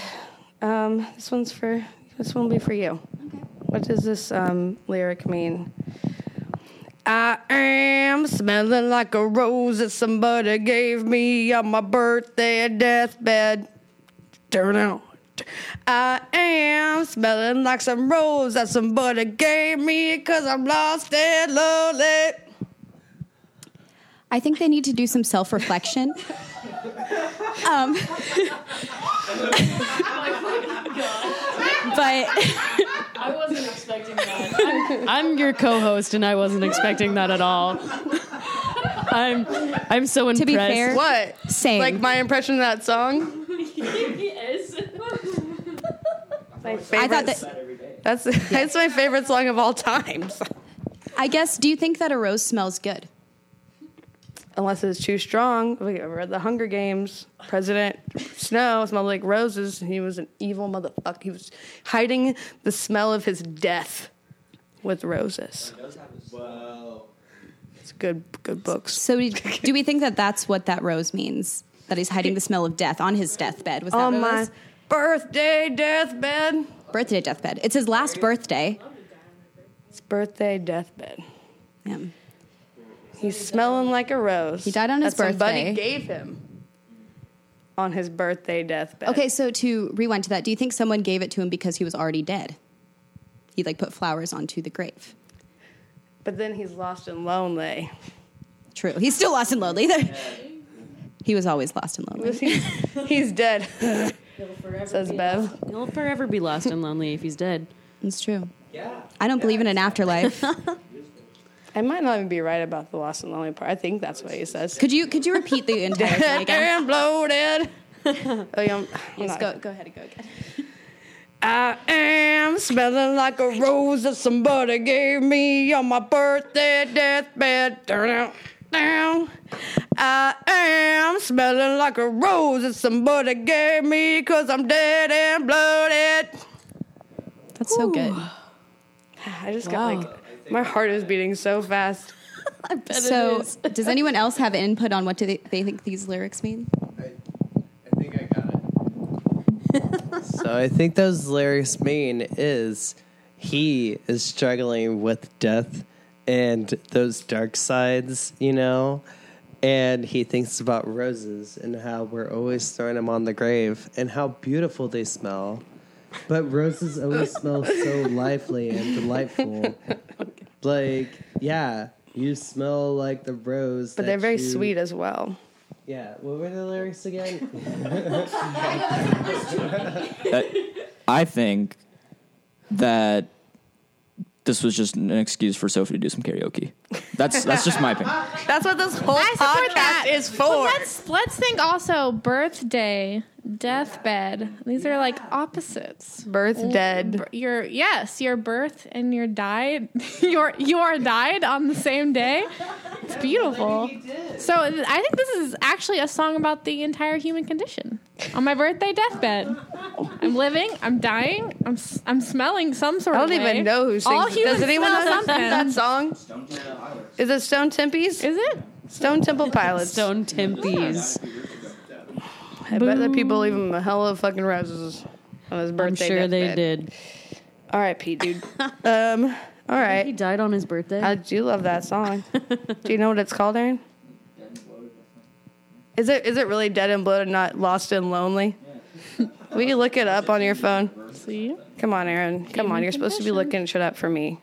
um, this one's for this one will be for you. What does this um, lyric mean? I am smelling like a rose that somebody gave me on my birthday and deathbed. Turn it on. I am smelling like some rose that somebody gave me because I'm lost and lonely.
I think they need to do some self reflection. um, but
I wasn't expecting that. I'm, I'm your co-host, and I wasn't expecting that at all. I'm I'm so impressed.
To be fair-
What?
Same.
Like my impression of that song? My favorite.
I thought that,
that's, that's my favorite song of all time.
I guess, do you think that a rose smells good?
Unless it's too strong. We read The Hunger Games. President Snow smelled like roses. He was an evil motherfucker. He was hiding the smell of his death with roses. It's good, good books.
So, do- do we think that that's what that rose means? That he's hiding the smell of death on his deathbed? Was that
On
what it
my
was?
birthday deathbed.
birthday deathbed? It's his last birthday.
It's birthday deathbed.
Yeah.
He's smelling like a rose. He
died on his
that Somebody
birthday.
gave him on his birthday deathbed.
Okay, so to rewind to that, do you think someone gave it to him because he was already dead? He like put flowers onto the grave.
but then he's lost and lonely.
True. He's still lost and lonely. He was always lost and lonely.
He's, he's dead. Says Bev.
He'll forever be lost and lonely if he's dead.
It's true. Yeah. I don't believe in an afterlife.
I might not even be right about the lost and lonely part. I think that's what he says.
Could you could you repeat the entire thing again?
Damn bloated. I am, I'm not-
Just go go ahead and go again.
I am smelling like a rose that somebody gave me on my birthday deathbed. Turn out down. I am smelling like a rose that somebody gave me because I'm dead and bloated.
That's so good.
I just
Wow.
got like, my heart is beating so fast.
So does anyone else have input on what do they, they think these lyrics mean?
I think I got it. so I think those lyrics mean is he is struggling with death and those dark sides, you know, and he thinks about roses and how we're always throwing them on the grave and how beautiful they smell. But roses always smell so lively and delightful. Like, yeah, you smell like the rose.
But they're
that
very
you-
sweet as well.
Yeah. What were the lyrics again?
I think that this was just an excuse for Sophie to do some karaoke. That's that's just my opinion.
That's what this whole
support
podcast
that.
is for.
Let's let's think also birthday, deathbed. These are like opposites.
Birth dead.
Br- Your yes, your birth and your died, your you are died on the same day. It's beautiful. So I think this is actually a song about the entire human condition. On my birthday, deathbed. I'm living. I'm dying. I'm s- I'm smelling some sort
I
of.
don't even
way.
know who sings.
All
it.
humans
Does anyone know
smell
that
something.
song? Is it Stone Tempies?
Is it?
Stone Temple Pilots.
Stone Tempies.
I bet that people leave him a hell of fucking roses on his
I'm
birthday.
sure they did.
R.I.P. Dude. um. All
He
right.
died on his birthday.
I do love that song. do you know what it's called, Aaron? Is it is it really dead and bloated, not lost and lonely? Will you look it up on your phone?
See,
Come on, Aaron. Come on. You're supposed to be looking shit up for me.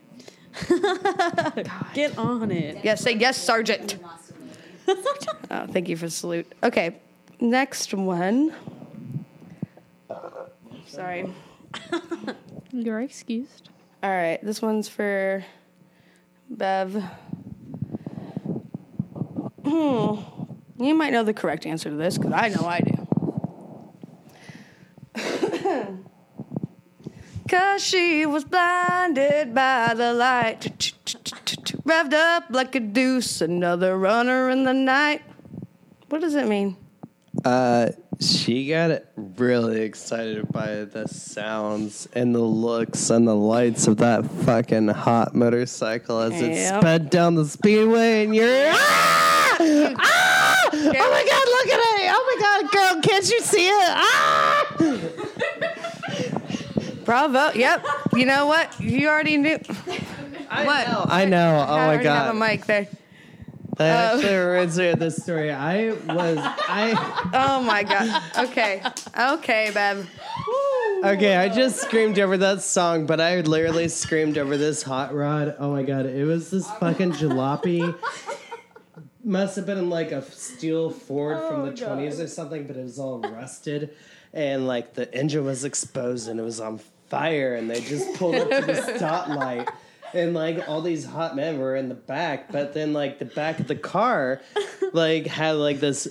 Get on it.
Yes, say yes, Sergeant. oh, thank you for the salute. Okay, next one. Sorry.
you're excused.
All right, this one's for Bev. Hmm. You might know the correct answer to this because I know I do. Cause she was blinded by the light. Revved up like a deuce, another runner in the night. What does it mean?
Uh, she got really excited by the sounds and the looks and the lights of that fucking hot motorcycle as
Yep.
it sped down the speedway, and you're. Ah! Ah! Oh my god, look at it! Oh my god, girl, can't you see it? Ah!
Bravo. Yep. You know what? You already knew.
I
What?
Know, I know. Oh
I
my
already have a
god.
mic there.
That actually reminds me of this story. I was. I.
Oh my god. Okay. Okay, Bev.
Okay, I just screamed over that song, but I literally screamed over this hot rod. Oh my god, it was this fucking jalopy. Must have been like a steel Ford from the 20s or something, but it was all rusted. And like the engine was exposed and it was on fire, and they just pulled up to the stoplight. And like all these hot men were in the back, but then like the back of the car, like had like this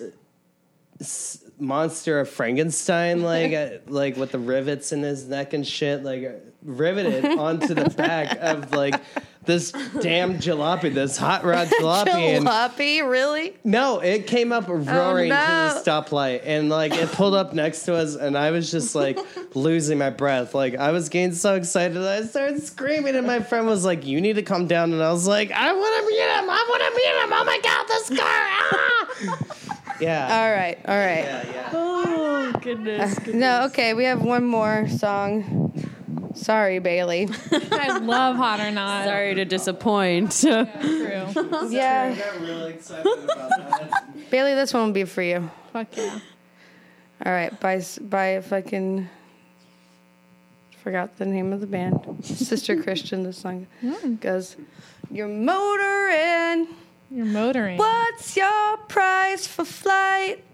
s- monster of Frankenstein, like uh, like with the rivets in his neck and shit, like uh, riveted onto the back of like this damn jalopy, this hot rod jalopy, and
Jalopy, really?
no, it came up roaring
Oh, no.
to the stoplight, and like it pulled up next to us, and I was just like losing my breath. Like I was getting so excited, I started screaming, and my friend was like, "You need to calm down," and I was like, "I want to meet him! I want to meet him! Oh my god, this car!" Ah! yeah.
All right. All right. Uh,
Oh goodness.
No, okay. We have one more song. Sorry, Bailey.
I love hot or not.
Sorry to disappoint.
True.
Yeah.
got really excited about that.
Bailey, this one will be for you.
Fuck yeah.
All right. By s- by fucking forgot the name of the band. Sister Christian this song goes Your motor in
You're motoring.
What's your price for flight?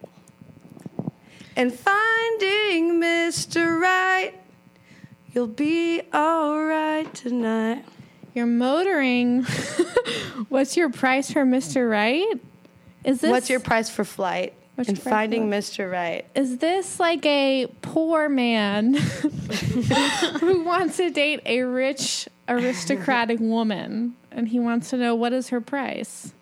And finding Mr. Right, you'll be alright tonight.
You're motoring. What's your price for Mr. Right? Is this
What's your price for flight?
What's
and
your price for
finding Mr. Right.
is this like a poor man who wants to date a rich aristocratic woman and he wants to know what is her price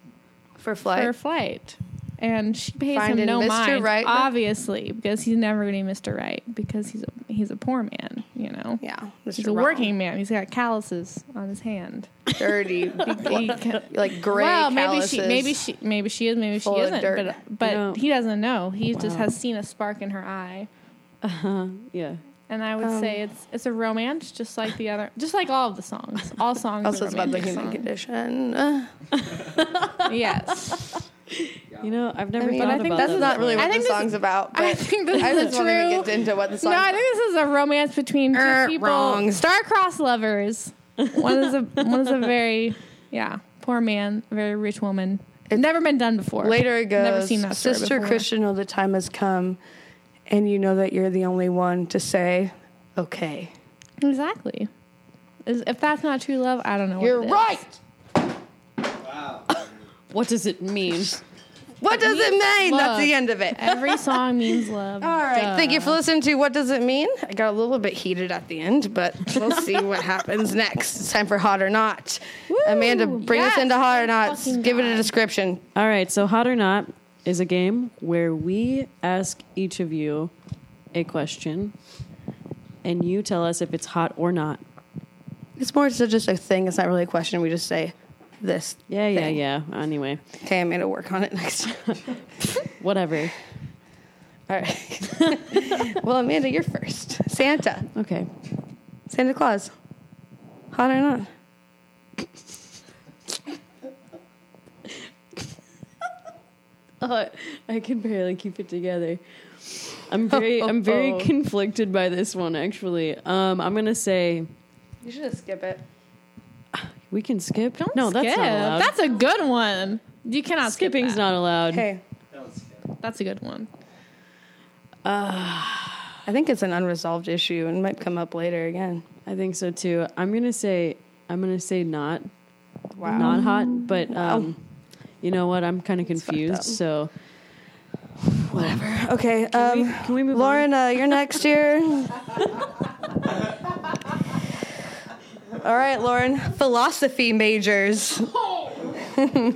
For
for
flight.
her flight? And she pays
Finding
him no
Mr.
mind,
Right.
obviously, because he's never going to be Mr. Right because he's a, he's a poor man, you know.
yeah.
He's
Mr.
a
Wrong.
working man. He's got calluses on his hand.
dirty,
He can-
like gray
well, maybe
calluses.
she, maybe she, maybe she is, maybe she
full of
isn't.
dirt.
But but
No.
he doesn't know. He just has seen a spark in her eye,
Yeah.
and I would say it's it's a romance, just like the other, just like all of the songs. All songs.
Also,
are
it's about the
romantic
human
songs.
condition. Uh,
Yes,
You know, I've never
I mean,
thought
I think
about
that's
that
not really
I
what
think
the
this
song's
is-
about.
I
but
think this
I
is
just wanted
true.
to get into what the
no,
song's
I think this is a romance between two
Er,
people,
wrong.
star-crossed lovers. One is a one is a very yeah poor man, very rich woman. Never been done before.
Later it goes,
Never seen that story
Sister
before.
Christian, the time has come, and you know that you're the only one to say, okay.
Exactly. Is- If that's not true love, I don't know.
You're
what it is.
right.
What does it mean?
What does it mean?
love.
That's the end of it.
Every song means love.
All right. Thank you for listening to What Does It Mean?
Mm-hmm.
I got a little bit heated at the end, but we'll see what happens next. It's time for Hot or Not. Amanda, bring us
Yes.
into Hot or Not.
Fucking
Give it a
God.
description.
All right, so Hot or Not is a game where we ask each of you a question and you tell us if it's hot or not.
It's more so just a thing. It's not really a question. We just say this.
Yeah, yeah,
thing.
yeah. Anyway,
Okay, I'm going to work on it next time.
whatever.
All right. well, Amanda, you're first. Santa.
Okay.
Santa Claus. Hot or not?
Uh, I can barely keep it together. I'm very I'm very
Oh.
conflicted by this one actually. Um I'm going to say
You should just skip it.
we can skip. no, that's
Skip.
not allowed.
That's a good one. You cannot skip
Skipping's
that.
not allowed.
Okay.
That's a good one.
I think it's an unresolved issue and might come up later again.
I think so too. I'm going to say I'm going to say not not hot, but um, you know what? I'm kind of confused.
up.
So
Okay.
we-
Um,
can we move
Lauren, uh, you're next here. All right, Lauren. Philosophy majors. Burn.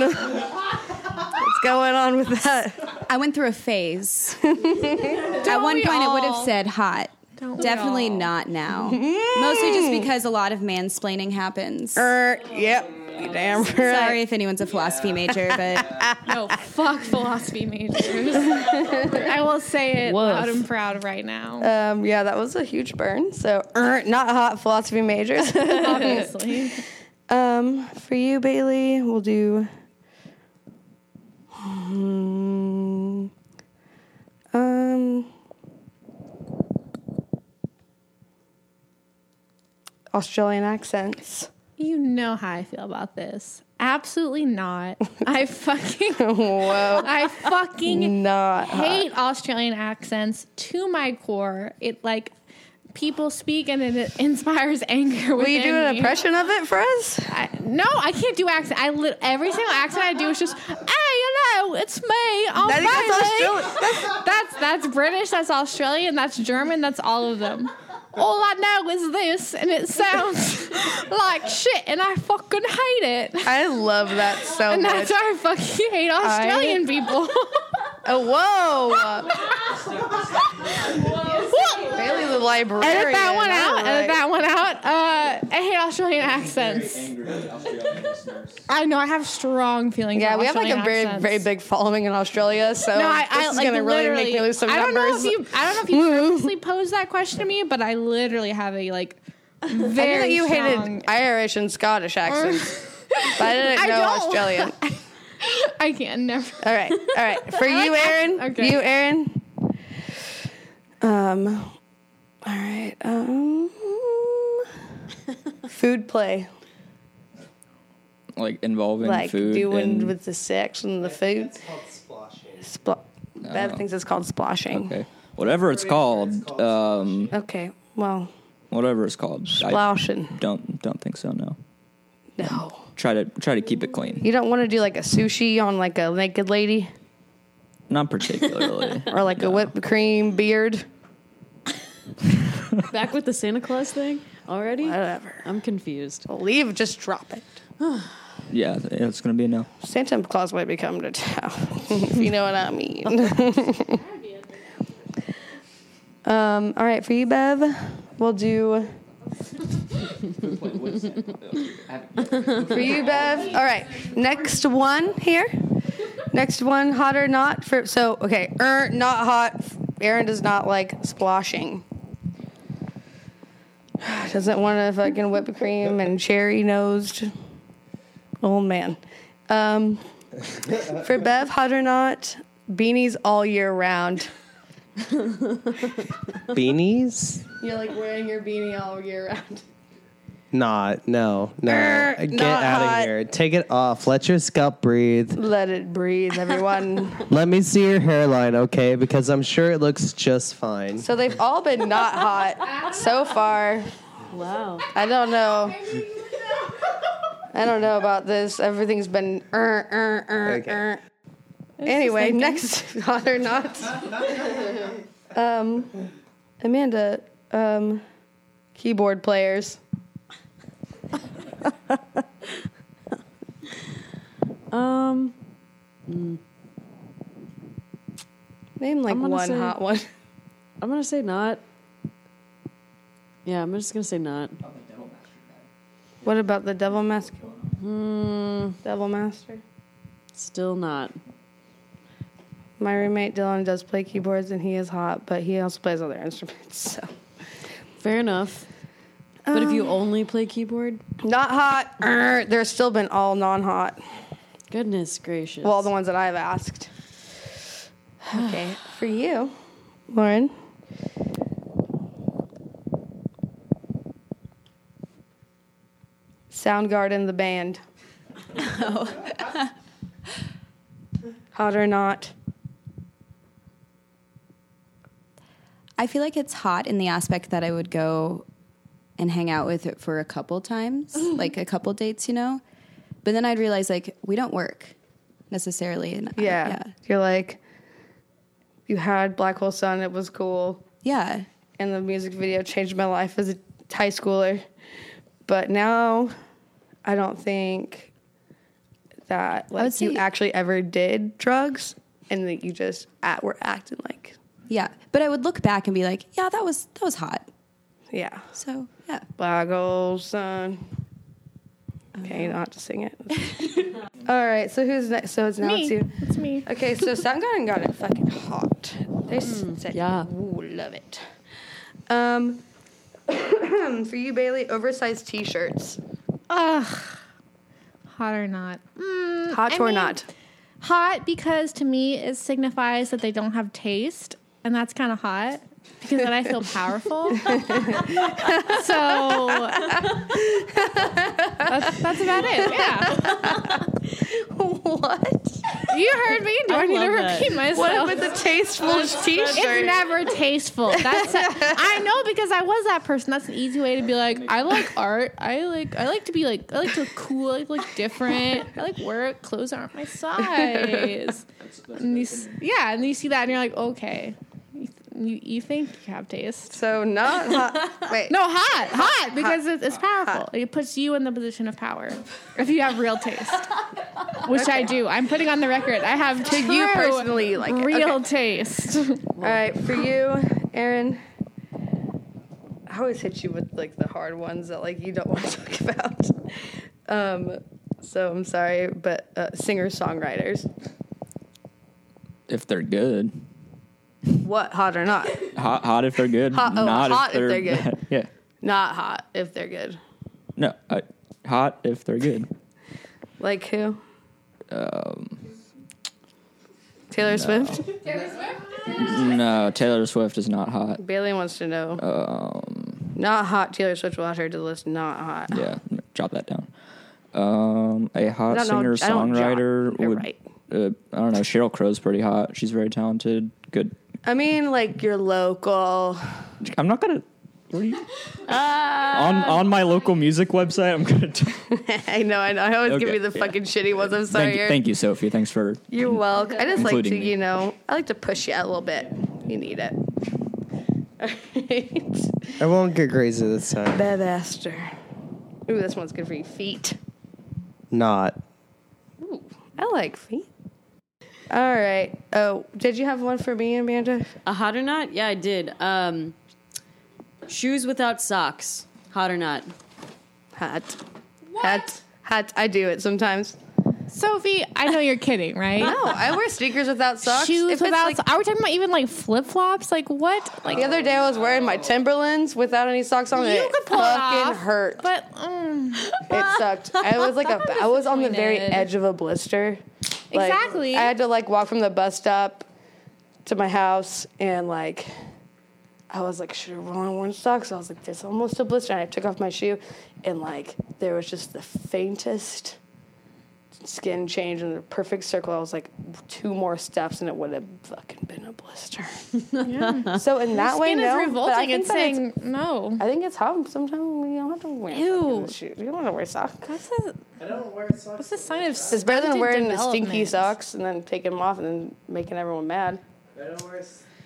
What's going on with that?
I went through a phase. At one
we
point, I would
all?
have said hot.
Don't we
Definitely
all?
not now. Mostly just because a lot of mansplaining happens.
Er, yep. You damn right.
Sorry if anyone's a philosophy major, but
No, Oh, fuck philosophy majors. I will say it
Woof.
loud and proud right now.
Um, yeah, that was a huge burn. So, er, not hot philosophy majors.
obviously,
Um, for you, Bailey, we'll do. Hmm. um, Australian accents.
you know how I feel about this. Absolutely not. I fucking.
Whoa,
I fucking
not hot.
hate Australian accents to my core. It like people speak and it inspires anger.
Will you do
within
an
me.
impression of it for us?
I, no, I can't do accent. I lit every single accent I do is just, hey, hello, it's me. I'm
I think that's
Bailey."
Australian. That's
That's that's British. That's Australian. That's German. That's all of them. All I know is this, and it sounds like shit, and I fucking hate it.
I love that so
And
much.
that's why I fucking hate Australian people.
oh, whoa! Bailey the librarian.
Edit that one
all
out. Edit
right.
that one out. Uh, I hate Australian accents. I know. I have strong feelings.
Yeah,
about
we have like a
Australian
very,
accents.
very big following in Australia, so
No, I,
this
I
is
like,
gonna really make me
literally-
lose some
I don't
numbers.
know if you, I don't know if you purposely posed that question to me, but I literally have a like
I knew
very
that you
strong.
hated Irish and Scottish accents, but I didn't
I
know
don't.
Australian.
I can't never.
All right, all right. For you, Aaron.
Okay.
You, Aaron. Um. All right. Um. Food play,
like involving
like
food.
doing
and-
with the sex and the food.
called splashing.
Spl- Oh. Bev thinks it's called splashing.
okay, whatever it's called. Um,
Okay. Well,
whatever it's called. I
Splashing.
don't don't think so. No.
No.
Try to try to keep it clean.
You don't want to do like a sushi on like a naked lady
Not particularly.
or like a whipped cream beard.
Back with the Santa Claus thing already?
Whatever. Oh.
I'm confused.
Leave, just drop it.
yeah, it's gonna be a no.
Santa Claus might be coming to town, if you know what I mean. um, all right, for you, Bev, we'll do. for you, Bev. All right, next one here. Next one, hot or not? For so okay, er, not hot. Aaron does not like splashing. Doesn't want to fucking whipped cream and cherry nosed old man. Um, for Bev, hot or not, beanies all year round.
Beanies?
You're like wearing your beanie all year round.
Not. No. No.
Er,
Get
not
out of
hot.
here. Take it off. Let your scalp breathe.
Let it breathe, everyone.
Let me see your hairline, okay? Because I'm sure it looks just fine.
so they've all been not hot so far.
Wow.
I don't know. I don't know about this. Everything's been er, er, er,
Okay.
er. Anyway, next hot or not. um, Amanda, um, keyboard players.
Um,
Name like
I'm gonna
one
say-
hot one.
I'm gonna say not. Yeah, I'm just gonna say not.
What about the Devil Mask? Devil Master.
Still not.
My roommate Dylan does play keyboards and he is hot, but he also plays other instruments. So
Fair enough. But if
Um,
you only play keyboard,
not hot. Er, there's still been all non-hot.
goodness gracious.
Well, the ones that I've asked. Okay, for you, Lauren. Soundgarden, the band. Oh. hot or not?
I feel like it's hot in the aspect that I would go and hang out with it for a couple times, like a couple dates, you know. But then I'd realize like we don't work necessarily. And uh, I-
Yeah. You're like, you had Black Hole Sun, it was cool.
yeah, yeah.
And the music video changed my life as a high schooler. But now I don't think that like
would
you
say-
actually ever did drugs and that you just at, were acting like,
yeah. But I would look back and be like, yeah, that was that was hot.
yeah.
So yeah,
Black Hole Sun. Okay,
Uh-huh.
you don't have to sing it. All right, so who's next? So it's now it's you.
It's me.
Okay, so Soundgarden got it fucking hot. They
Mm,
said,
yeah.
"Ooh, love it." Um, for you, Bailey, oversized T-shirts,
Ugh. Hot or not? Mm,
hot
I
or
mean,
not?
Hot because to me it signifies that they don't have taste, and that's kind of hot because then I feel powerful. so that's, that's about it. Yeah,
what?
you heard me. Do I, need to
love that.
repeat myself?
What with the tasteful T-shirt?
It's never tasteful. That's a, I know because I was that person. That's an easy way to be like, I like art. I like I like to be like I like to look cool. I like to look different. I like work. Clothes aren't my size. And you, s- yeah, and you see that and you're like, okay, you, th- you, you think you have taste.
so not hot. Wait,
No, hot, hot, because it's, it's powerful. It puts you in the position of power if you have real taste, which I do. I'm putting on the record. I have to
you personally you like it.
real
Okay.
taste.
All right, for you, Aaron. I always hit you with like the hard ones that like you don't want to talk about. Um, so I'm sorry, but uh, singer songwriters.
If they're good,
What hot or not?
hot hot if they're good.
Hot- oh,
not
hot if
if they're,
they're good.
yeah.
Not hot if they're good.
No. I, hot if they're good.
Like who?
Um,
Taylor Swift.
no, Taylor Swift is not hot.
Bailey wants to know.
Um,
Not hot. Taylor Swift will add her to the list. Not hot.
yeah, drop that down. Um, a hot
No, no,
singer
I don't drop.
songwriter
You're
would.
right.
Uh, I don't know. Cheryl Crow's pretty hot. She's very talented. Good.
I mean, like your local.
I'm not gonna What are you?
Uh,
on on my local music website, I'm gonna. T-
I know, I know. I always give
Okay,
you the
yeah.
fucking shitty ones. I'm sorry.
thank, you, thank you, Sophie. Thanks for.
You're welcome. I just like to,
Including me.
you know, I like to push you out a little bit. You need it. All right.
I won't get crazy this time.
Bebaster. Ooh, this one's good for your feet.
Not.
Ooh, I like feet. All right. Oh, did you have one for me, Amanda?
A Uh, hot or not? Yeah, I did. Um, shoes without socks. Hot or not?
Hot. Hot. Hot. I do it sometimes.
Sophie, I know you're kidding, right?
No, Oh, I wear sneakers without socks.
Shoes
If it's
without.
like-
so- are we talking about even like flip flops? Like what? Like
The other day I was wearing my Timberlands without any socks on.
you
it
could pull it
fucking
off,
hurt.
But mm,
It sucked. I was like a, I was on the very edge of a blister. Like,
Exactly.
I had to like walk from the bus stop to my house, and like, I was like, should have really worn socks. I was like, there's almost a blister. And I took off my shoe, and like, there was just the faintest skin change in the perfect circle. I was like, two more steps, and it would have fucking been a blister. So in that way,
skin
no.
is
but I
revolting and
think that it's-
saying no.
I think it's hot. Sometimes you don't have to wear.
Ew.
Shoes. You don't want to wear socks.
That's a,
I don't wear
that's a sign of.
It's better than
stunted
wearing the stinky
development.
socks and then taking them off and then making everyone mad.
I don't wear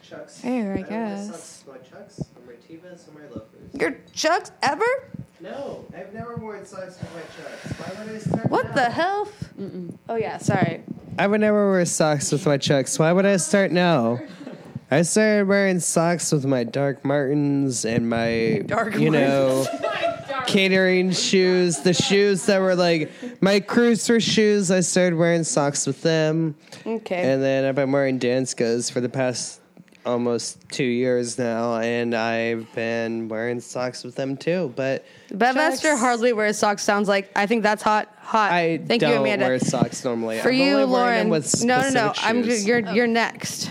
chucks.
Ew, I I don't wear guess. socks,
My chucks, or my tibas, or my loafers.
Your chucks ever?
No, I've never worn socks with my chucks. Why would I start
What the hell? Oh yeah, sorry.
I would never wear socks with my chucks. Why would I start now? I started wearing socks with my Dark Martens and my
Dark
you know catering shoes, the shoes that were like my cruiser shoes. I started wearing socks with them.
Okay.
And then I've been wearing Danskos for the past almost two years now, and I've been wearing socks with them too. But
Bevester hardly wears socks. Sounds like I think that's hot. Hot.
I
Thank
don't
you, Amanda.
wear socks normally.
For
I'm
you,
only wearing
Lauren.
them with
no, no,
specific
no. I'm
shoes.
you're you're next.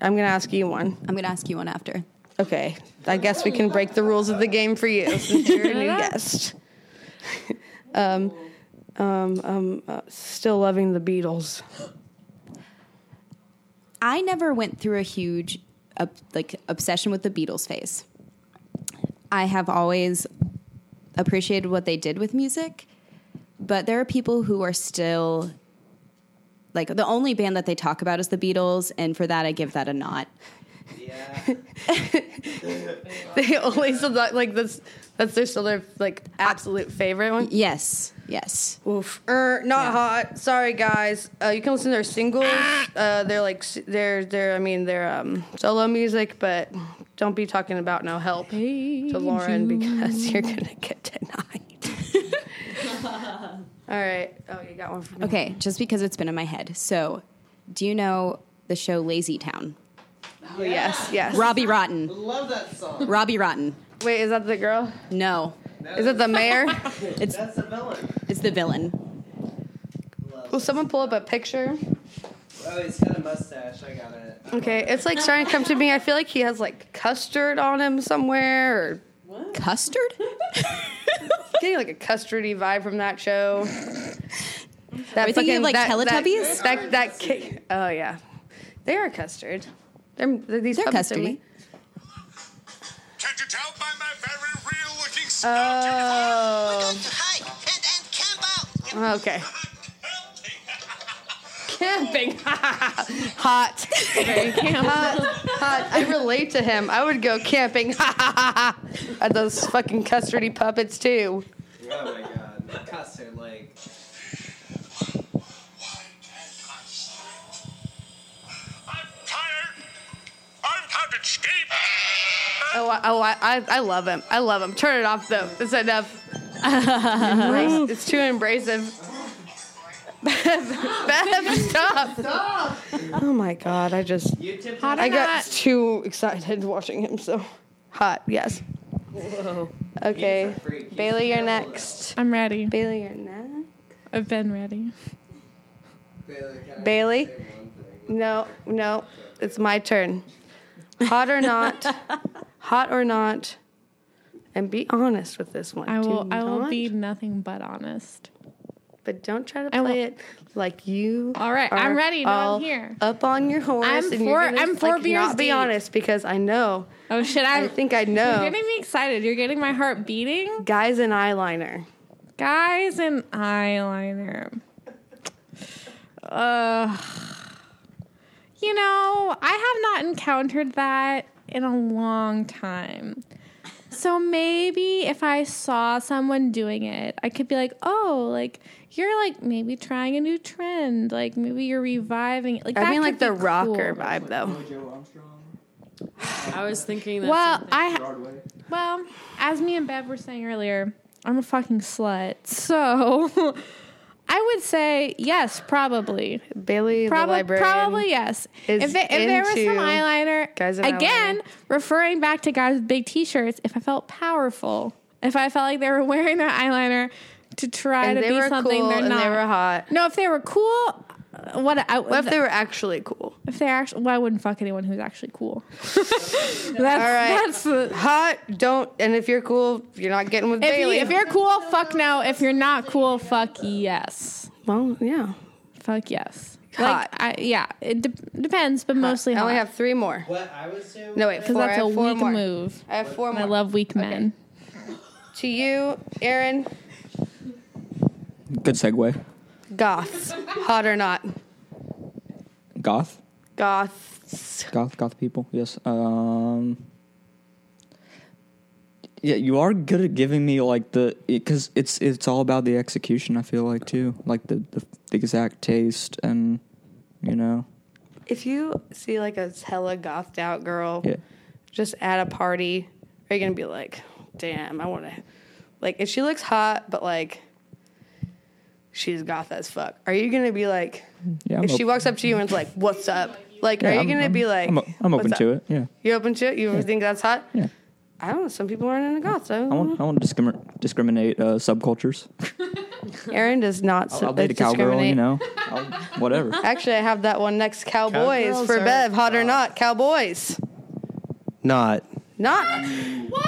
I'm gonna ask you one.
I'm gonna ask you one after.
Okay. I guess we can break the rules of the game for you since you're a new guest. um, um, um, uh, still loving the Beatles.
I never went through a huge ob- like obsession with the Beatles phase. I have always appreciated what they did with music, but there are people who are still like the only band that they talk about is the Beatles, and for that I give that a not.
They always like this. That's their still their like absolute favorite one.
Yes, yes.
Oof. Er, not hot. Sorry, guys. Uh, you can listen to their singles.
Ah!
Uh, they're like s- they're they're. I mean they're um solo music, but don't be talking about no help to Lauren because you're gonna get denied. All right. Oh, you got one for me.
Okay, just because it's been in my head. So, do you know the show Lazy Town?
Oh, yes. Yes.
Robbie Rotten.
Love that song.
Robbie Rotten.
Wait, is that the girl?
No,
Is it the mayor?
That's the villain.
it's the villain.
Will someone pull up a picture?
Oh, he's got a mustache. I got it.
Okay, it's like starting to come to me. I feel like he has like custard on him somewhere, or
Custard?
getting like a custardy vibe from that show. That
Are we thinking of, like, Teletubbies?
That, that, that ki- oh yeah, they are custard. They're, they're these
They're
puppets are
custardy.
made-
Can't you tell by my very real looking
Oh,
Uh.
okay. Camping, hot, hot, hot. I relate to him. I would go camping. At those fucking custardy puppets too.
Oh my god. Custer, like.
I'm tired. I've counted sheep.
Oh, I- oh, I, I, I love him. I love him. Turn it off though. It's enough. Embrace- it's too embrasive. Bev, Bev, stop! Stop! Oh my god, I just
Hot or
I got
not?
too excited watching him. So hot, yes. Okay, Bailey, you're next.
I'm ready.
Bailey, you're next.
I've been ready.
Bailey, no, no, it's my turn. Hot or not? Hot or not? And be honest with this one.
I
Do
will. I will
not
be nothing but honest.
but don't try to
I
play
will-
it like you.
All right, I'm
are
ready. No, I'm
all
here.
Up on your horse.
I'm
and
four-
You're gonna,
I'm four
like,
beers
Not be
deep.
honest because I know.
Oh shit!
i
I'm,
think I know.
You're getting me excited. You're getting my heart beating,
Guys and eyeliner.
guys. An eyeliner. Uh, you know, I have not encountered that in a long time. So maybe if I saw someone doing it, I could be like, "Oh, like you're like maybe trying a new trend. Like maybe you're reviving." Like
I
that
mean,
could
like the
be
rocker
cool.
vibe, though.
I was thinking that.
Well, I ha- well, as me and Bev were saying earlier, I'm a fucking slut. So I would say yes, probably,
Bailey, the
probably,
librarian.
probably yes.
is
If, it, if there was some
into
eyeliner,
guys with
again,
eyeliner.
referring back to guys with big T-shirts, if I felt powerful, if I felt like they were wearing their eyeliner to try
And
to
they
be
were
something
cool
they're
and
not.
they were hot.
No, if they were cool. uh, What, I,
What if they were actually cool?
if they're actually well, I wouldn't fuck anyone who's actually cool. that's
right.
that's the,
Hot, don't. And if you're cool, you're not getting with
If, you,
Bailey.
if you're cool, fuck no. If you're not cool, fuck yes.
well, yeah.
Fuck yes.
Hot.
Like, I, yeah, it de- depends, but mostly
I
hot.
only have three more.
What I was doing.
No, wait,
because
four.
that's
I
a
have four
weak
more.
move.
I have four more.
I love weak men.
to you, Aaron.
Good segue.
Goths, hot or not?
Goth.
Goths.
Goth, goth people. Yes. Um, yeah, you are good at giving me like the because it's it's all about the execution. I feel like too, like the the, the exact taste and you know.
If you see like a hella gothed out girl,
Yeah.
just at a party, are you gonna be like, "Damn, I want to," like if she looks hot, but like she's goth as fuck, are you gonna be like,
Yeah. I'm
if she
op-
walks up to you and's like, "What's up?" Like,
yeah,
are you
I'm-
gonna
I'm-
be like,
I'm, o- I'm open
"What's
to
up?"
it. Yeah.
You open to it? You think that's hot?
Yeah.
I don't know. Some people aren't into goths. I don't
I want I want to discrimin- discriminate uh, subcultures.
know. Aaron does not. uh,
I'll, I'll date a cowgirl. You
discriminate.
know. I'll, whatever.
Actually, I have that one next. Cowboys
Cowgirls
for
are
Bev, hot or not? Cowboys.
Not.
Not.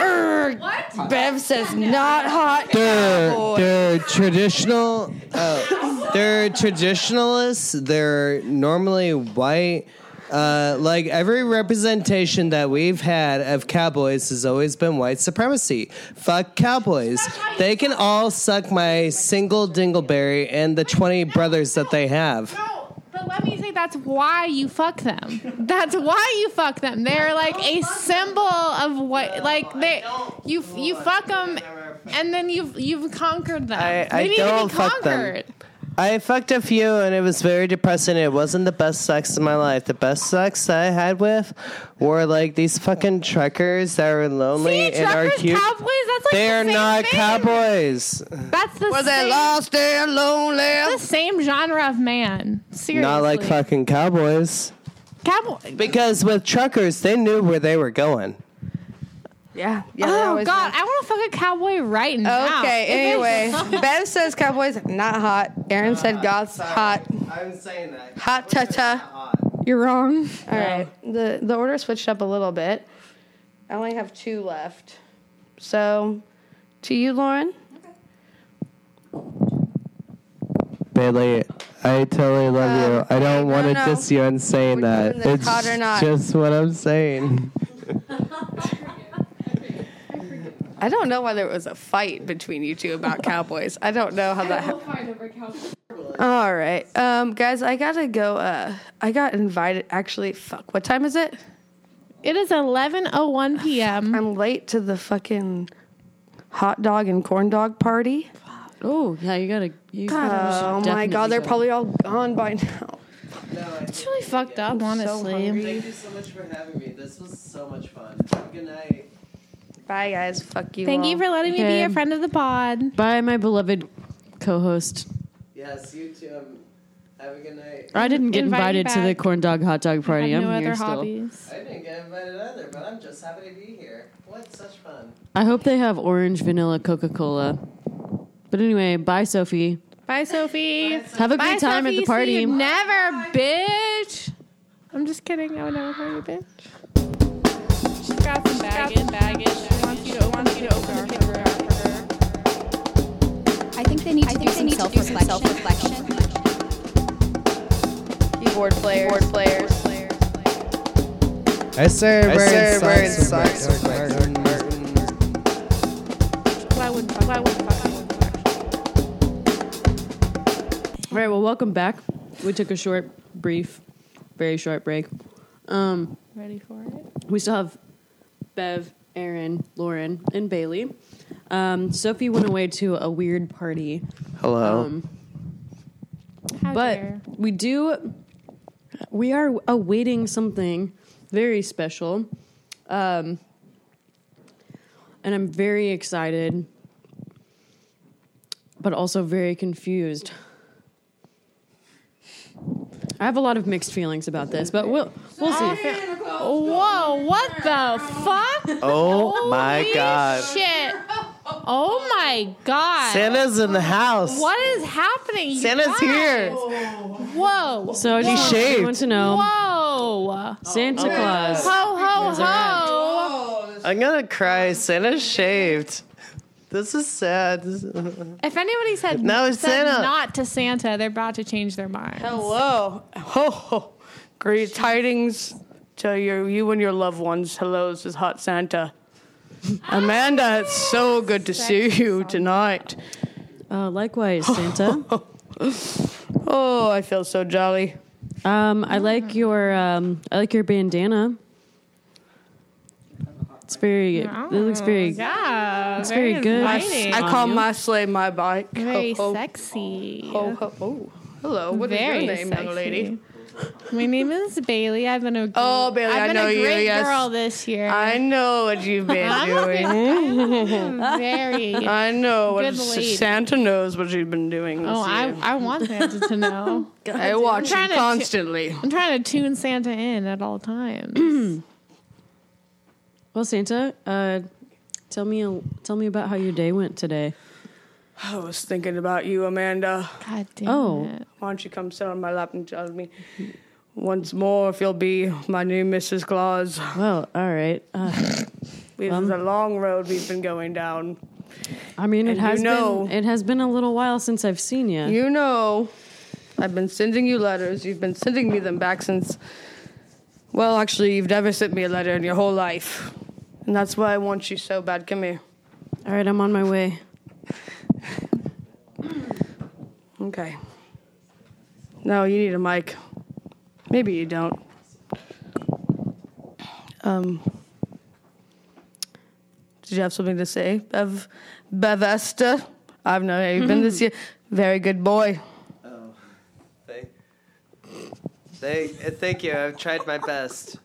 Err, Bev says not hot.
They're,
Cowboys.
they're traditional. Oh, they're traditionalists. They're normally white. Uh, like every representation that we've had of cowboys has always been white supremacy. Fuck cowboys. They can all suck my single dingleberry and the 20 brothers that they have.
No, but let me say that's why you fuck them. That's why you fuck them. They're like a symbol of what, like they you you fuck them, and then you've you've conquered them.
I- I
they need
don't
to be
fuck them.
conquered.
I fucked a few and it was very depressing. It wasn't the best sex of my life. The best sex that I had with were like these fucking truckers that were lonely
See,
and are
truckers,
cute.
cowboys. That's like
They're
the same
not
thing.
cowboys.
That's the
Was
same.
they lost their lonely?
the same genre of man. Seriously.
Not like fucking cowboys.
Cowboy.
Because with truckers, they knew where they were going.
Yeah. yeah they
Oh
always
God, I want to fuck a cowboy right
do.
now.
Okay.
If it's-
Anyway, Bev says Cowboys not hot. Aaron said Goths hot.
I'm saying that.
Hot tata.
you're wrong.
All right. The the order switched up a little bit. I only have two left. So, to you, Lauren.
Bailey, I totally
Um,
love you. I don't want to
no, no.
diss you in saying
We're
that.
doing this
It's
hot or not.
just what I'm saying.
I don't know why there was a fight between you two about Cowboys. I don't know how that happened. All right. Um, guys, I gotta go. Uh, I got invited. Actually, fuck. What time is it?
It is 11:01 p.m.
I'm late to the fucking hot dog and corn dog party.
oh yeah, you gotta. You
Oh my god, they're probably all gone by now.
It's really fucked up,
hungry.
honestly.
Thank you so much for having me. This was so much fun. Good night.
Bye, guys. Fuck you.
Thank
all.
you for letting me be
Okay.
a friend of the pod.
Bye, my beloved co-host.
Yes, you too. Um, have a good night.
I didn't get
Inviting
invited to the
back.
corn dog hot dog
I
party.
have
I'm
no
here
other
still.
hobbies.
I didn't get invited either, but I'm just happy to be here. What such fun.
I hope they have orange vanilla Coca Cola. But anyway, bye, Sophie.
Bye, Sophie.
Have a
Bye,
great time
Sophie.
at the
See
party.
you never, bitch. I'm just kidding. I would never call you bitch. She's got some baggage. baggage. She wants you to, wants you to open her.
I think they need to do some some self reflection.
Keyboard players. Keyboard players.
I serve
serve
wearing
wearing
socks.
socks
with Martin.
Why would fuck? Why would fuck? I wouldn't fuck.
All right. Well, welcome back. We took a short, brief, very short break. Um,
Ready for it?
we still have Bev, Aaron, Lauren, and Bailey. Um, Sophie went away to a weird party, um,
Hello.
How
but
dare.
we do. We are awaiting something very special, um, and I'm very excited, but also very confused. I have a lot of mixed feelings about this, but we'll we'll see.
Whoa, what the fuck?
oh my
Holy
God!
Shit. Oh my god.
Santa's in the house.
what is happening? you
Santa's
guys?
here.
Whoa.
So I just want
shaved.
everyone to know
Whoa.
Santa Claus.
Ho ho ho.
I'm gonna cry. Santa's shaved. This is sad. This-
If anybody said
No, it's
said
Santa.
not to Santa, they're about to change their mind.
Hello. Ho, ho. Great tidings to your, you and your loved ones. Hello, this is Hot Santa. Amanda, it's so good to see you tonight.
Uh, likewise, Santa.
Oh, I feel so jolly.
Um, I like
Ah.
your um, I like your bandana. It's very.
Ah.
It looks very.
Yeah, it's
very good.
I,
Inviting.
I call my sleigh my bike. Ho,
very
ho,
sexy.
ho, ho, oh. Hello, What is
very
your name, young
sexy.
lady?
My name is Bailey. I've been a gr-
Oh, Bailey, I
I've been
know
a
you,
great
yes.
girl this year.
I know what you've been doing.
I'm very. oh,
I know what
Good lead. Oh,
Santa knows what you've been doing this
I
year.
I want Santa to know.
I, watch
I'm
you
trying to-
constantly.
I'm trying to tune Santa in at all times.
Well, Santa, uh, tell me a, tell me about how your day went today.
I was thinking about you, Amanda.
God damn
Oh.
it.
Why don't you come sit on my lap and tell me once more if you'll be my new Mrs. Claus?
Well, all right. Uh,
This
Um,
is a long road we've been going down.
I mean, it
And you
has
know-
been it has been a little while since I've seen you.
You know, I've been sending you letters. You've been sending me them back since. Well, actually, you've never sent me a letter in your whole life. And that's why I want you so bad. Come here.
All right, I'm on my way.
Okay. No, you need a mic. Maybe you don't. Um, did you have something to say, Bev? Bevesta? I've known how you've been this year. Very good boy.
Thank, thank, uh, thank you. I've tried my best.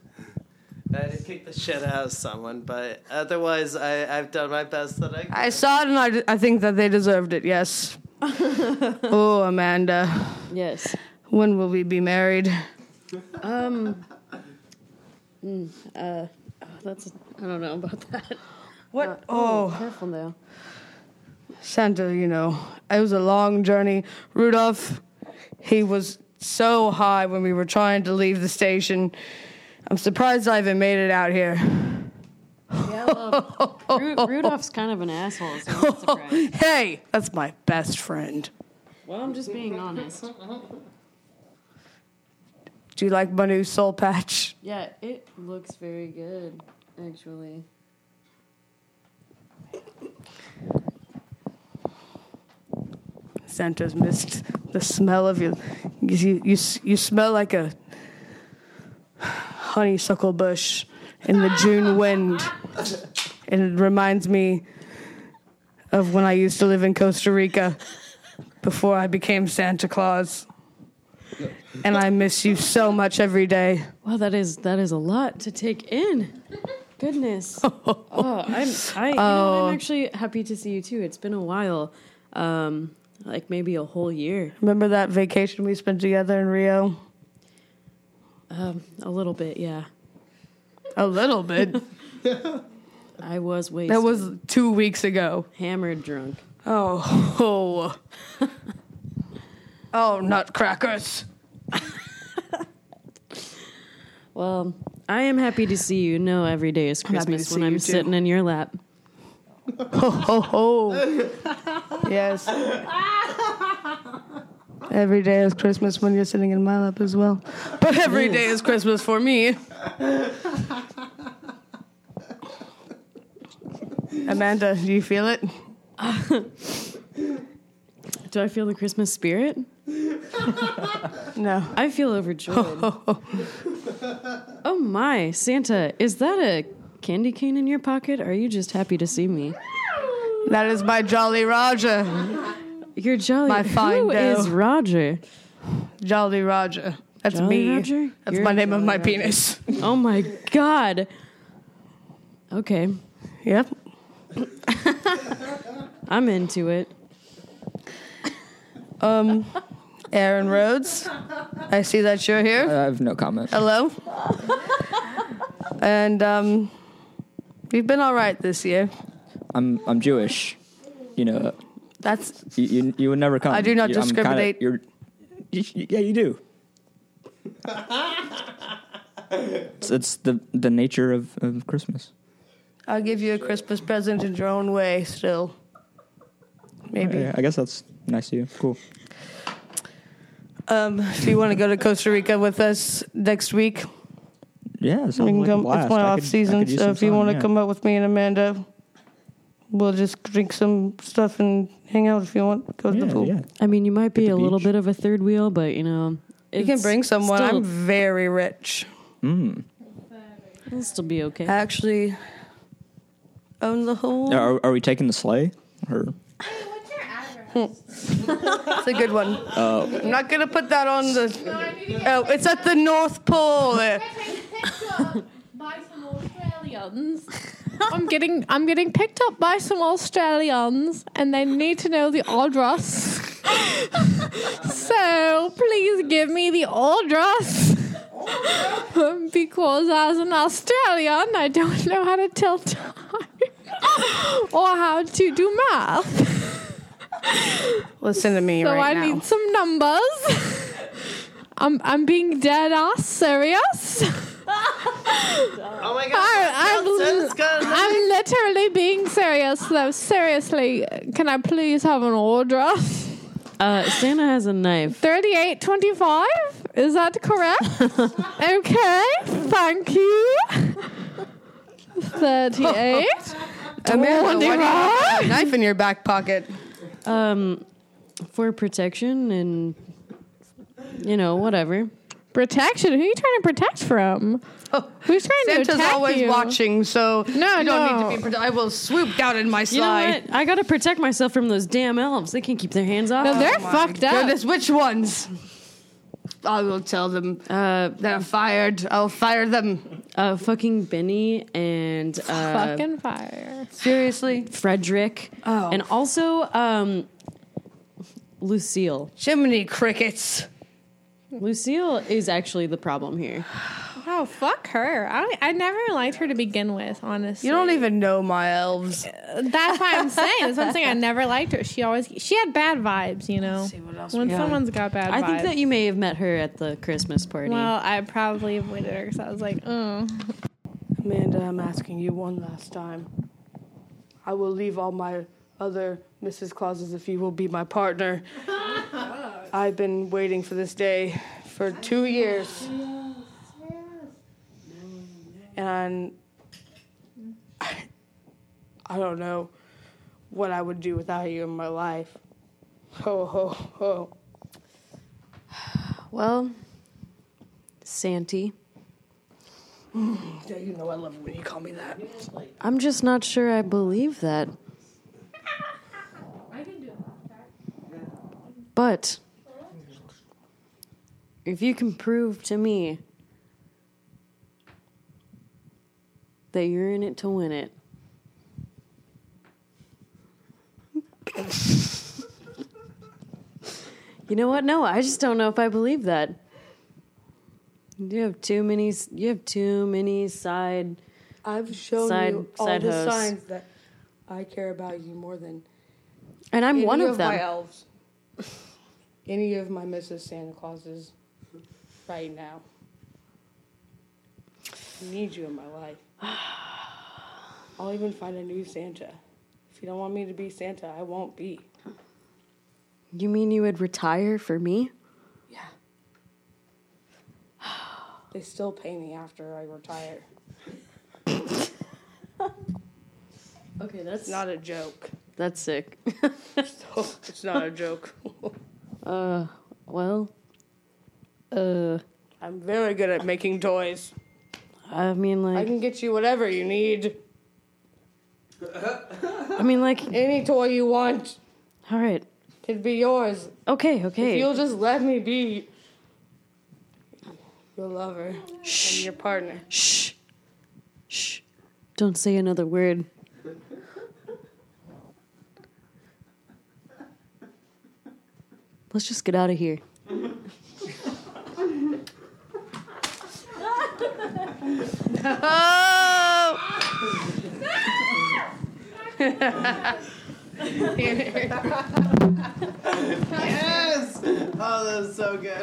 I had to kick the shit out of someone, but otherwise, I, I've done my best that I could.
I saw it and I, I think that they deserved it, yes. oh, Amanda,
Yes.
when will we be married?
That's I don't know about that.
What?
Oh, careful now.
Uh, Santa, you know, it was a long journey. Rudolph, he was so high when we were trying to leave the station. I'm surprised I even made it out here.
Ru- Rudolph's kind of an asshole, so I'm not surprised.
Hey, that's my best friend.
Well, I'm just being honest.
Do you like my new soul patch?
Yeah, it looks very good, actually.
Santa's missed the smell of you. You, you, you smell like a honeysuckle bush in the June wind. And it reminds me of when I used to live in Costa Rica before I became Santa Claus. And I miss you so much every day.
Wow, Oh, that is that is a lot to take in. Goodness. Um, Oh, I'm I you know, what, I'm actually happy to see you too. It's been a while. Um like maybe a whole year.
Remember that vacation we spent together in Rio?
A little bit, yeah.
A little bit.
I was wasted.
That was two weeks ago.
hammered drunk.
Oh. Oh, oh nutcrackers.
Well, I am happy to see you. No, every day is
happy to
Christmas
see
when
you,
I'm
too.
sitting in your lap.
Ho ho ho. yes. Every day is Christmas when you're sitting in my lap as well. But every day is Christmas for me. Amanda, do you feel it?
Do I feel the Christmas spirit?
No.
I feel overjoyed. oh my, Santa, is that a candy cane in your pocket? Or are you just happy to see me?
That is my Jolly Roger.
You're jolly.
My fine
Who
dough.
is Roger?
Jolly Roger. That's
Jolly
me.
Roger?
That's
You're
my name of
Jolly
my
Roger.
penis.
Oh my god. Okay,
Yep.
I'm into it.
Aaron Rhodes. I see that you're here.
I have no comment.
Hello. and um, we've been all right this year.
I'm I'm Jewish. You know,
That's
you you, you would never come.
I do not
You- I'm kinda-
discriminate.
you're, you- you- yeah, you do. it's, it's the the nature of, of Christmas.
I'll give you a Christmas present in your own way. Still, maybe.
Yeah, I guess that's nice of you. Cool.
Um, if you want to go to Costa Rica with us next week,
Yeah,
we can come. It's my off season, so if you want to come up with me and Amanda, we'll just drink some stuff and hang out if you want. Go to the
yeah,
pool.
yeah.
I mean, you might be
the
a little
beach.
bit of a third wheel, but you know,
You can
it's
bring someone.
Still,
I'm very rich.
it'll still be okay.
I actually own the whole.
Are, are we taking the sleigh? Or
What's your address?
It's a good one. I'm not gonna put that on the. Oh, it's at the North Pole. There.
by some Australians. I'm getting I'm getting picked up by some Australians and they need to know the address. so please give me the address. because as an Australian I don't know how to tell time or how to do math.
Listen to me
So
right
I
now.
need some numbers. I'm I'm being dead ass serious.
oh my
I, I'm, I'm literally being serious, though. Seriously, can I please have an order?
Uh, Santa has a knife.
3825? Is that correct? okay, thank you. 38.
Amanda, why do you have
Twenty-one.
a knife in your back pocket?
Um, for protection and you know whatever.
Protection? Who are you trying to protect from? Who's trying to
Oh, Santa's
attack
always
you?
watching, so
No,
you don't
no.
need to be. Pre- I will swoop down in my
You know
slide.
what? I gotta protect myself from those damn elves. They can't keep their hands off.
No, they're fucked up.
Oh Goodness, which ones? I will tell them
Uh,
they're fired. I'll fire them.
uh, fucking Benny and uh,
Fucking fire.
Seriously,
Frederick,
Oh.
and also um, Lucille.
chimney crickets.
Lucille is actually the problem here.
Wow, Oh, fuck her. I, I never liked her to begin with, honestly.
You don't
e-
even know my elves.
That's why I'm saying. That's what I'm saying. I never liked her. She always she had bad vibes, you know.
see what else
when
we got.
someone's got bad
I
vibes.
think that you may have met her at the Christmas party.
well, I probably avoided her because I was like, oh.
Amanda, I'm asking you one last time. I will leave all my other Mrs. Clauses if you will be my partner. I've been waiting for this day for two years. And I, I don't know what I would do without you in my life. Ho, ho, ho.
well, Santy.
Yeah, you know I love it when you call me that.
I'm just not sure I believe that. But if you can prove to me that you're in it to win it, you know what? No, I just don't know if I believe that. You have too many. You have too many side.
I've shown
Side-
you all
side
the
hose.
signs that I care about you more than
And I'm
any
one of them.
my elves, any of my Mrs. Santa Clauses, right now. I need you in my life. I'll even find a new Santa. If you don't want me to be Santa, I won't be.
You mean you would retire for me?
They still pay me after I retire.
Okay, that's
It's not a joke.
that's sick.
it's not a joke.
Well, uh,
I'm very good at making toys.
I mean,
I
like,
can get you whatever you need.
I mean, like,
Any toy you want
all right,
can be yours.
okay,
If
okay.
you'll just let me be your lover and your partner.
Shh. Shh. Don't say another word. Let's just get out of here.
Yes! Oh, that was so good.